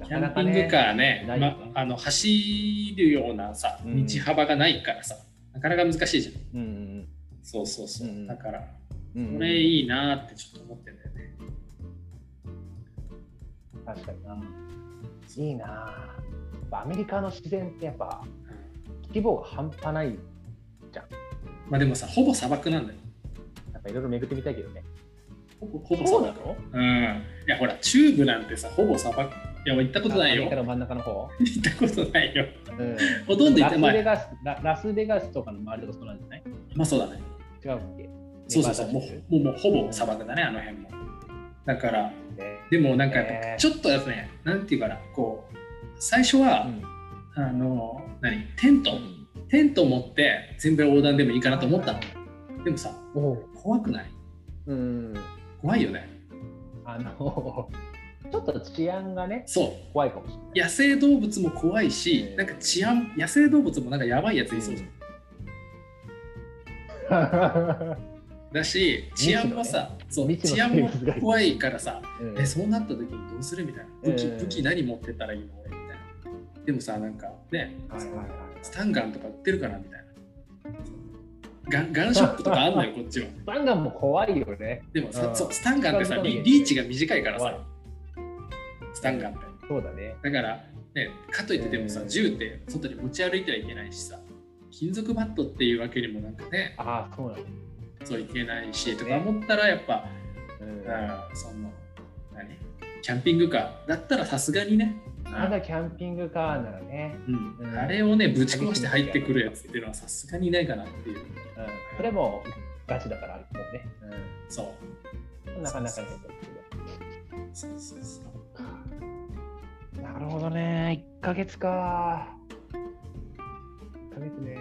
な
キ
か
ャ
な
ン
か
ピン
ね
グカーね
ないよね
ま、あの走るようなさ
うん
道幅がないからさ、なかなか難しいじゃん
うんうん
そうそうそう、
うん
だから
うんうんうん。
これいいなーってちょっと思ってんだよね
確かにな。いいな。やっぱアメリカの自然ってやっぱ規模が半端ない。
まあでもさほぼ砂漠なんだよ
なんかいろいろ巡ってみたいけどね。
ほぼほぼ砂漠
の？
うんいやほらチューブなんてさほぼ砂漠いや行ったこと
あア
な
メ
いよ
リカの真ん中の方？
行ったことないよ
うん。
ほとんど行っ
ラ
て
ス
ない
ベガスララスベガスとかの周りとかそうなんじゃない？
まあそうだね
違うっけ？
そうそうそうも
ネバダ州
うもうもうほぼ砂漠だねあの辺もだから
ね
でもなんかやっぱ
えー
ちょっとですね、なんていうかなこう最初は、あの何テントテント持って全米横断でもいいかなと思ったのでもさ
うん。おう
怖くない
うん。
怖いよね
あの ちょっと治安がね
そう
怖いかもしれない。
野生動物も怖いし、
えー
なんか治安野生動物もなんかやばいやついそうじゃん、だし治安もさ、そう
未知の
治安も
生物がいる
怖いからさ
うん
えそうなった時にどうするみたいな武器,、
えー
武器何持ってったらいいの俺みたいなでもさなんかね、
はいはいはい
スタンガンとか売ってるかなみたいなガンガンショップとかあんの よこっちは
スタンガンも怖いよね。
でも
う
さ
ん
そうスタンガンってさ
スタンガン
リリーチが短いから
怖い
さスタンガンって
そうだね。
だから、ね、かといってでもさ、
うん
銃って外に持ち歩いてはいけないしさ金属バットっていうわけにもなんかね
ああ、そうなんだ。
そういけないしとか思ったらやっぱ、
うん
うん、その何キャンピングカーだったらさすがにね、うん
まだキャンピングカーならね、
うん
うん
あれをねぶち壊して入ってくるやつっていうのはさすがにいないかなっていう
うん、それもガチだからあるもんね、
そう
うん、なかなかね
そうそうそう
なるほどね、1ヶ月か。1ヶ月ね。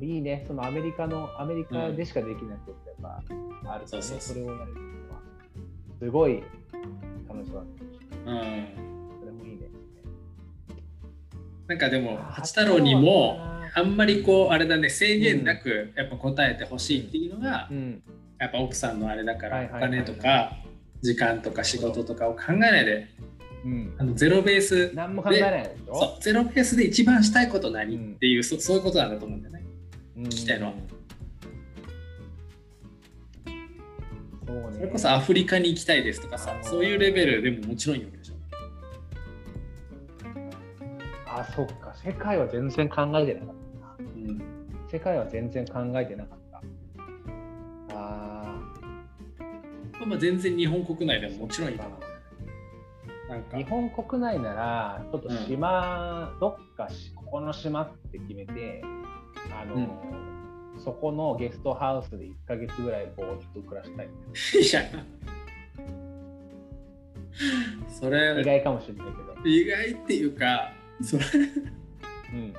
いいね、そのアメリカの、アメリカでしかできないことやっぱあるからね、
そうそうそう
れをやるっていうのは、すごい楽しそうだね。
うん
それもいいね。
なんかでも八太郎にも
あ
あんまりこうあれだね制限なくやっぱ答えてほしいっていうのが
ー、うん、
やっぱ奥さんのあれだか
は
ら
い
お
はいはいはい
金とか時間とか仕事とかを考えないで
うん。
あのゼロベース
何も考えないでしょ
そうゼロベースで一番したいこと何、
うん
っていうそそういうことなんだと思うんだよね
聞
きたいのは
そうね。
それこそアフリカに行きたいですとかさ
あー
そういうレベルでももちろんいいわけでしょ
あ、そっか。世界は全然考えてなかっ
うん
た。世界は全然考えてなかった。あ
まあまあ全然日本国内でももちろんいい
ー
かななんか
日本国内なら、ちょっと島、どっかし、ここの島って決めて、あのー、そこのゲストハウスで1ヶ月ぐらいぼーっと暮らしたい。
い やそ
意
れ
外かもしれないけど。
意外っていうかそれ
うん。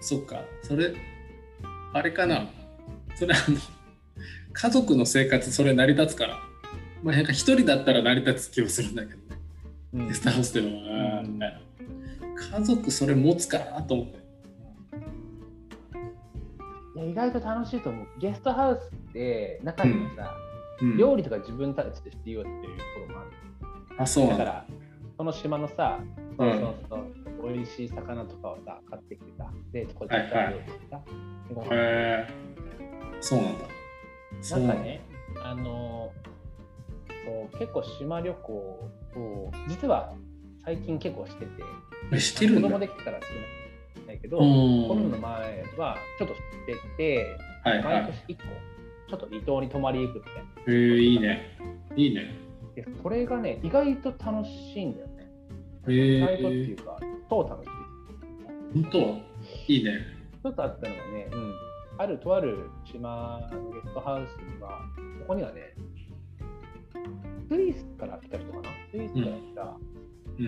そっかそれあれかなそれあの家族の生活それ成り立つからまあなんか一人だったら成り立つ気はするんだけどね
うん
ゲストハウスっていうのは、
うん
みたいな家族それ持つかなと思って
いや意外と楽しいと思う。ゲストハウスって中にはさ、
うん
料理とか自分たちでしていいよっていうところもある。
あそうなん
だか
だ
ら、その島のさ、
う
そ
ん
うそうそう、美味しい魚とかをさ、買ってきてさ、で、こっちで食べようとかさ、でご飯
へえそうなんだそう
なん
な
か
んだ
ね、あのそう、結構島旅行を、実は最近結構してて、
え知ってるん
子
だ
供できたら好きなんだけど、
う
コ
ん
ロナの前はちょっとしてて、
はいは
毎
い
年1個、ちょっと離島に泊まり行くみたいな。
へえいいねいいね
でそれがね、意外と楽しいんだよね。
へ
意
え
外とっていうか、超楽しい。
本当いいね
ちょっとあったのがね、あるとある島のゲストハウスには、そこにはね、スイスから来た人かな、スイスから来た、
うん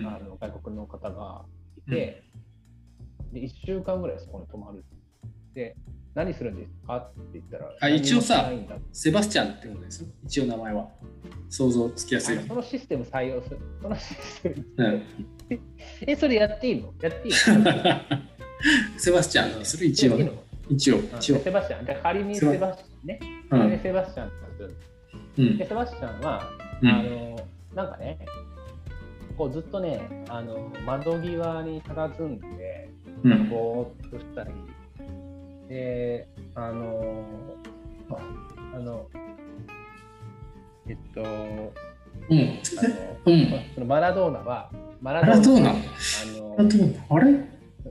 あの外国の方がいて、で1週間ぐらいそこに泊まるで何するんですかって言ったら
あ一応さ
何もしないんだって
セバスチャンってことですよ。一応名前は。想像つきやすいよ
あそのシステム採用するそのシステム
うに。
えそれやっていいのやっていい
セバスチャンにする
の
一応
いい
ね。
の
一応、
うん
一応。
セバスチャンじゃあ仮にセバスチャンね
う
仮に
ん。
セバスチャンってする
うん
で。セバスチャンは
う
あ
ん。
のなんかね、こうずっとね、あの窓際に佇んで、
うん。
ぼーっとしたり、で、あの、あの、えっと、
うん。
あの
うん。
そのマラドーナは、マラ
あれどうな
あ
の
の
あれどうなのあれ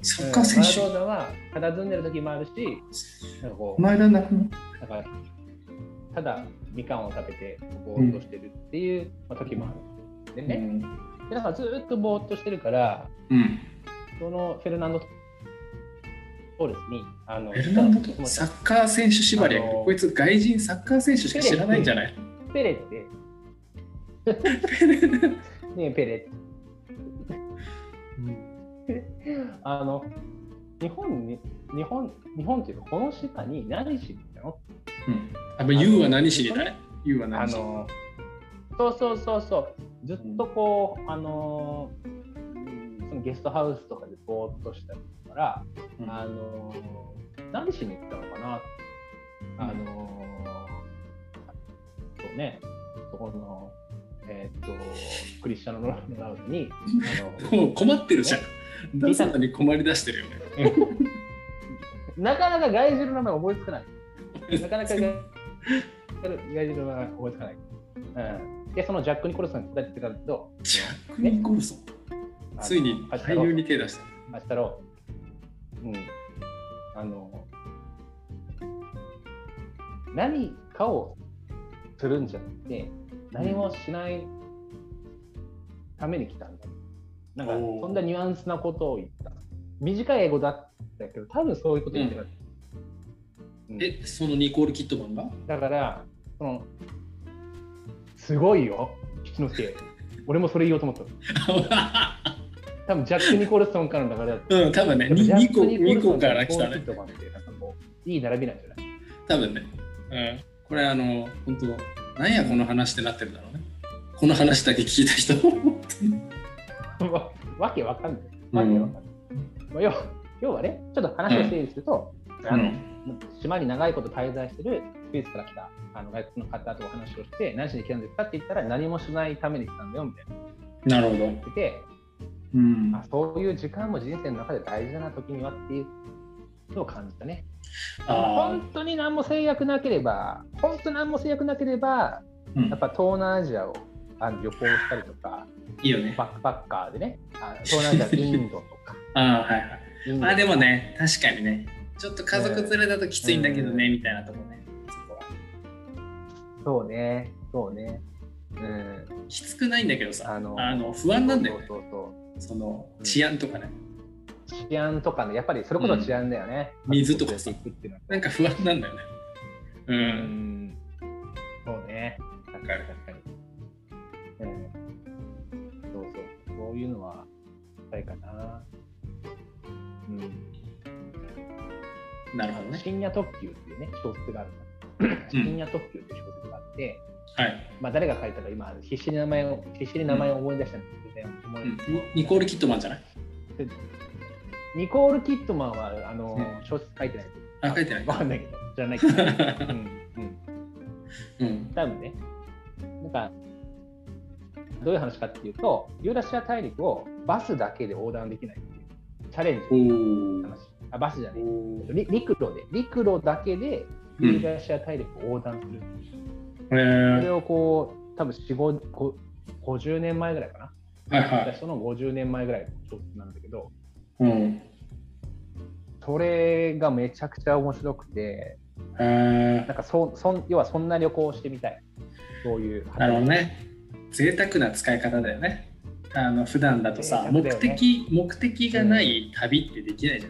サッカー選手
うんマラドーナは佇んでる時もあるし、なんかこう、
前田なくなっ
なんかただみかんを食べて、ぼーっとしてるっていう、まあ時もある。で
た
ね、
うん。
でなんかずーっとぼーっとしてるから、
うん
そのフェルナンド・トーレスに、あの
フェルナンド
実は
とサッカー選手縛りやけ
あ
ど、
の
こいつ外人サッカー選手しか知らないんじゃない
ペレって、ねペレってあの、日本に、日本、日本っていうか、この島に何しに行ったの
うん。あ、まあ、ユウは何しにいたね。ユウは
あ
何しに
の、そうそうそうそう、ずっとこう、あの、そのゲストハウスとかでぼーっとしたりとから、
うん
あのー何しに行ったのかな、あのーそうねそこのえーっとクリスチャン・ロナウドにあ の
もう困ってるじゃん。ダサさに困り出してるよね。
なかなか外人の名前思いつ かないなかなか外外人の名前思いつかない、うん、でそのジャック・ニコルソンに答えてたんだけど
ジャック・ニコルソン。
あの
ついに
八太
俳
郎
優に手出した。
あしたろう。うん。あの、何かをするんじゃなくて、何もしないために来たんだ。なんか、
おー
そんなニュアンスなことを言った。短い英語だったけど、多分そういうこと言ってなかった。うん
え、そのニコール・キットマン が
だから、その、すごいよ、七之助。俺もそれ言おうと思った。多分ジャック・ニコルソンからの流れだった。
うん、多分ね、に2個二個から来たね。
いい並びなんじゃない
多分ね。うん、これ、あの、本当なんやこの話ってなってるんだろうね。この話だけ聞いた 人。
わわけわかんない。わけわかんない。まあ、要要はね、ちょっと話を整理すると、あの島に長いこと滞在してるスイスから来たあの外国の方とお話をして、何しに来たんですかって言ったら、何もしないために来たんだよみたいな
なるほど。
言ってて、
うん
あ、そういう時間も人生の中で大事だな時にはっていうのを感じたね。
あ
本当に何も制約なければ、本当に何も制約なければ、
ー、うん
やっぱ東南アジアをあの旅行したりとか、
いいよね。
バックパッカーでね、あ東南アジア、インドと か。
あーはいはい。
インド
まあでもね、確かにね、ちょっと家族連れだときついんだけどね、みたいなとこね。そこは
そうね、そうね。うん、
きつくないんだけどさ、
あ
あ
の
の不安なんだよね、
そうそう
その
うん
治安とかね。
そう。治安とかね、やっぱりそれこそ治安だよね。
うん水とかさ
行くっていうのは
なんか不安なんだよね。う。
うんん、そうね。確
か
か
る
に確かに。うん、そうそう。そういうのは、したいかな。うん、
なるほどね。
深夜特急っていうね、小説があるんだ。
うん
深夜特急っていう小説があって、
はい。
まあ、誰が書いたか今必死に名前を必死に名前を思い出したんですけど、思い
うんニコール・キットマンじゃない
ニコール・キットマンはあの、小説書いてない
あ、書いてない
わ
か。
かんないけど知らないけ ど、うんうん、
うん。
多分ねなんかどういう話かっていうとユーラシア大陸をバスだけで横断できないっていうチャレン
お
ジ
ー
の話あバスじゃない
おー
り陸路で陸路だけで
う
ユ
ん。
ーラシア大陸を横断する、
え
それ
ー、
をこう多分4 5こ50年前ぐらいかな
はいは
その50年前ぐらいの小説なんだけど、
い。うん。
それがめちゃくちゃ面白くて、
えー
なんかそそん要はそんな旅行をしてみたい、そういう話
なるほどね。贅沢な使い方だよね。あの普段だとさ、
贅沢
目
だよね
的目的がない旅ってできないじ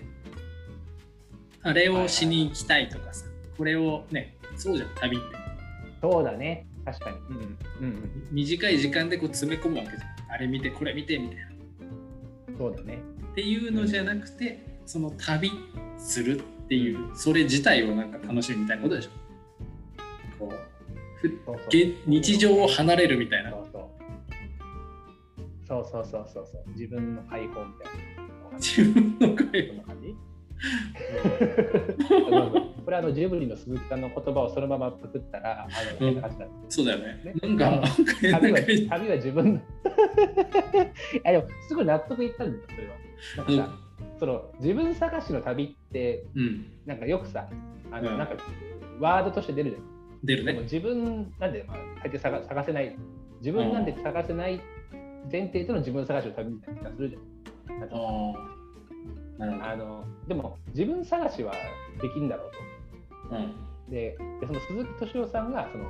ゃん。あれをしに行きたいとかさ、これをね、そうじゃん、旅って。
そうだね、確かに。うんうん
短い時間でこう詰め込むわけじゃん。あれ見て、これ見てみたいな。
うん、そうだね。
っていうのじゃなくて、その旅するっていうそれ自体をなんか楽しむみたいなことでしょこうふ
そうそう
げ日常を離れるみたいな
そうそうそうそうそうそうそう自分の解放みたいな
自分の声
そ
を
んな感じ これあのジブリの鈴木さんの言葉をそのままパクったらあの
うん
変な感じだっ
そうだよね
ね
なんかなんか変
た
な
旅は
感じ
旅は自分の いやでもすごい納得いったんだよそれはなんかさ、その自分探しの旅って
うん
なんかよくさあの、
うん
なんかワードとして出るじゃん
出る
でも
ね
自分なんで、まあ、大抵探探せない自分なんで探せない前提との自分探しの旅みたいな気がするじゃんなん
あ
か
あなるほ
あのでも自分探しはできるんだろう
どうん
とででその鈴木敏夫さんがその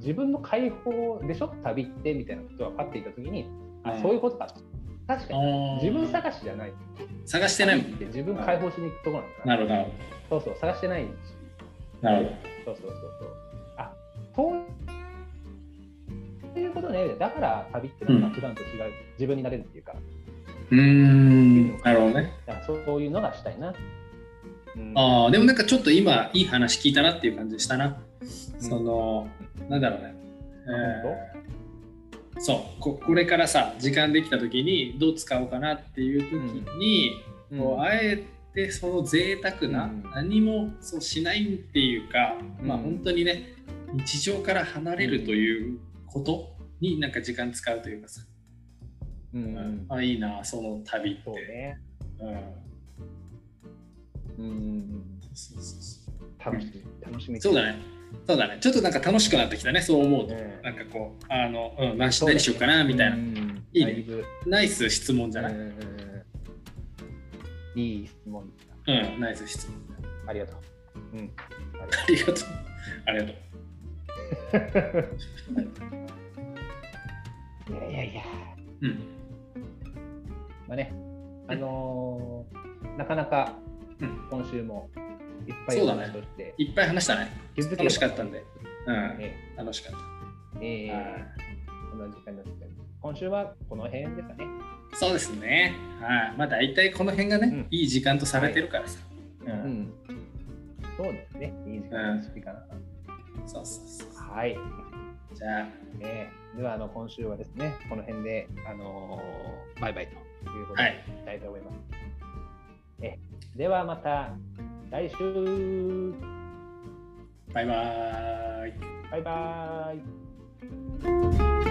自分の解放でしょ旅ってみたいなことがパッて言った時に、あそういうことかと確かに
あー
自分探しじゃない
探してないもん
で自分解放しに行くところな
な
んだ
るほどなる
そうそう探してないし
ほどなるほど
そうそうそうそう。あ、とということね、だから旅ってなんか
うん
普段と違う、自分になれるっていうか、
うーんなるほどね
なんかそうそういうのがしたいな。うん
ああでもなんかちょっと今いい話聞いたなっていう感じしたな、そのなんだろうね、えーそうここれからさ時間できた時にどう使おうかなっていう時に、
うん
こうあえてその贅沢な、
うん
何もそうしないっていうか、まあ
うん
本当にね日常から離れるということになんか時間使うというかさ、
う
うん
ん、
あいいなその旅って
そうね。
うん
うん、
そうそうそう
楽しみ、楽しみ。
そうだね。そうだね。ちょっとなんか楽しくなってきたね。そう思うと。
ね
なんかこう、あの、うん、何し
そうだね
何しようかな、みたいな。
うん
いいね
だぶ
ナイス質問じゃない、
うんいい質問でした。
うん、ナイス質問。
ありがとう。うん。
ありがとう。ありがとう。
いやいやいや。
うん。
まあね、あのーなかなか
うん
今週もいっぱい
そう
お
だね
話をして、
いっぱい話したね。
気づけば
楽しかったんで。う
ね
ん。楽しかった。
えーこんな時間になってきた今週はこの辺ですかね。
そうですね。はい。まあ大体この辺がね、
うん
いい時間とされてるからさ。
う
うん。
ん。そうですね。いい時間にしてかな。
そうそうそう。
はい。
じゃあ、
ね、では、あの、今週はですね、この辺で、あのーバイバイということ
は
で
い。
いきたいと思います。えでは、また来週
バイバーイ。
バイバイ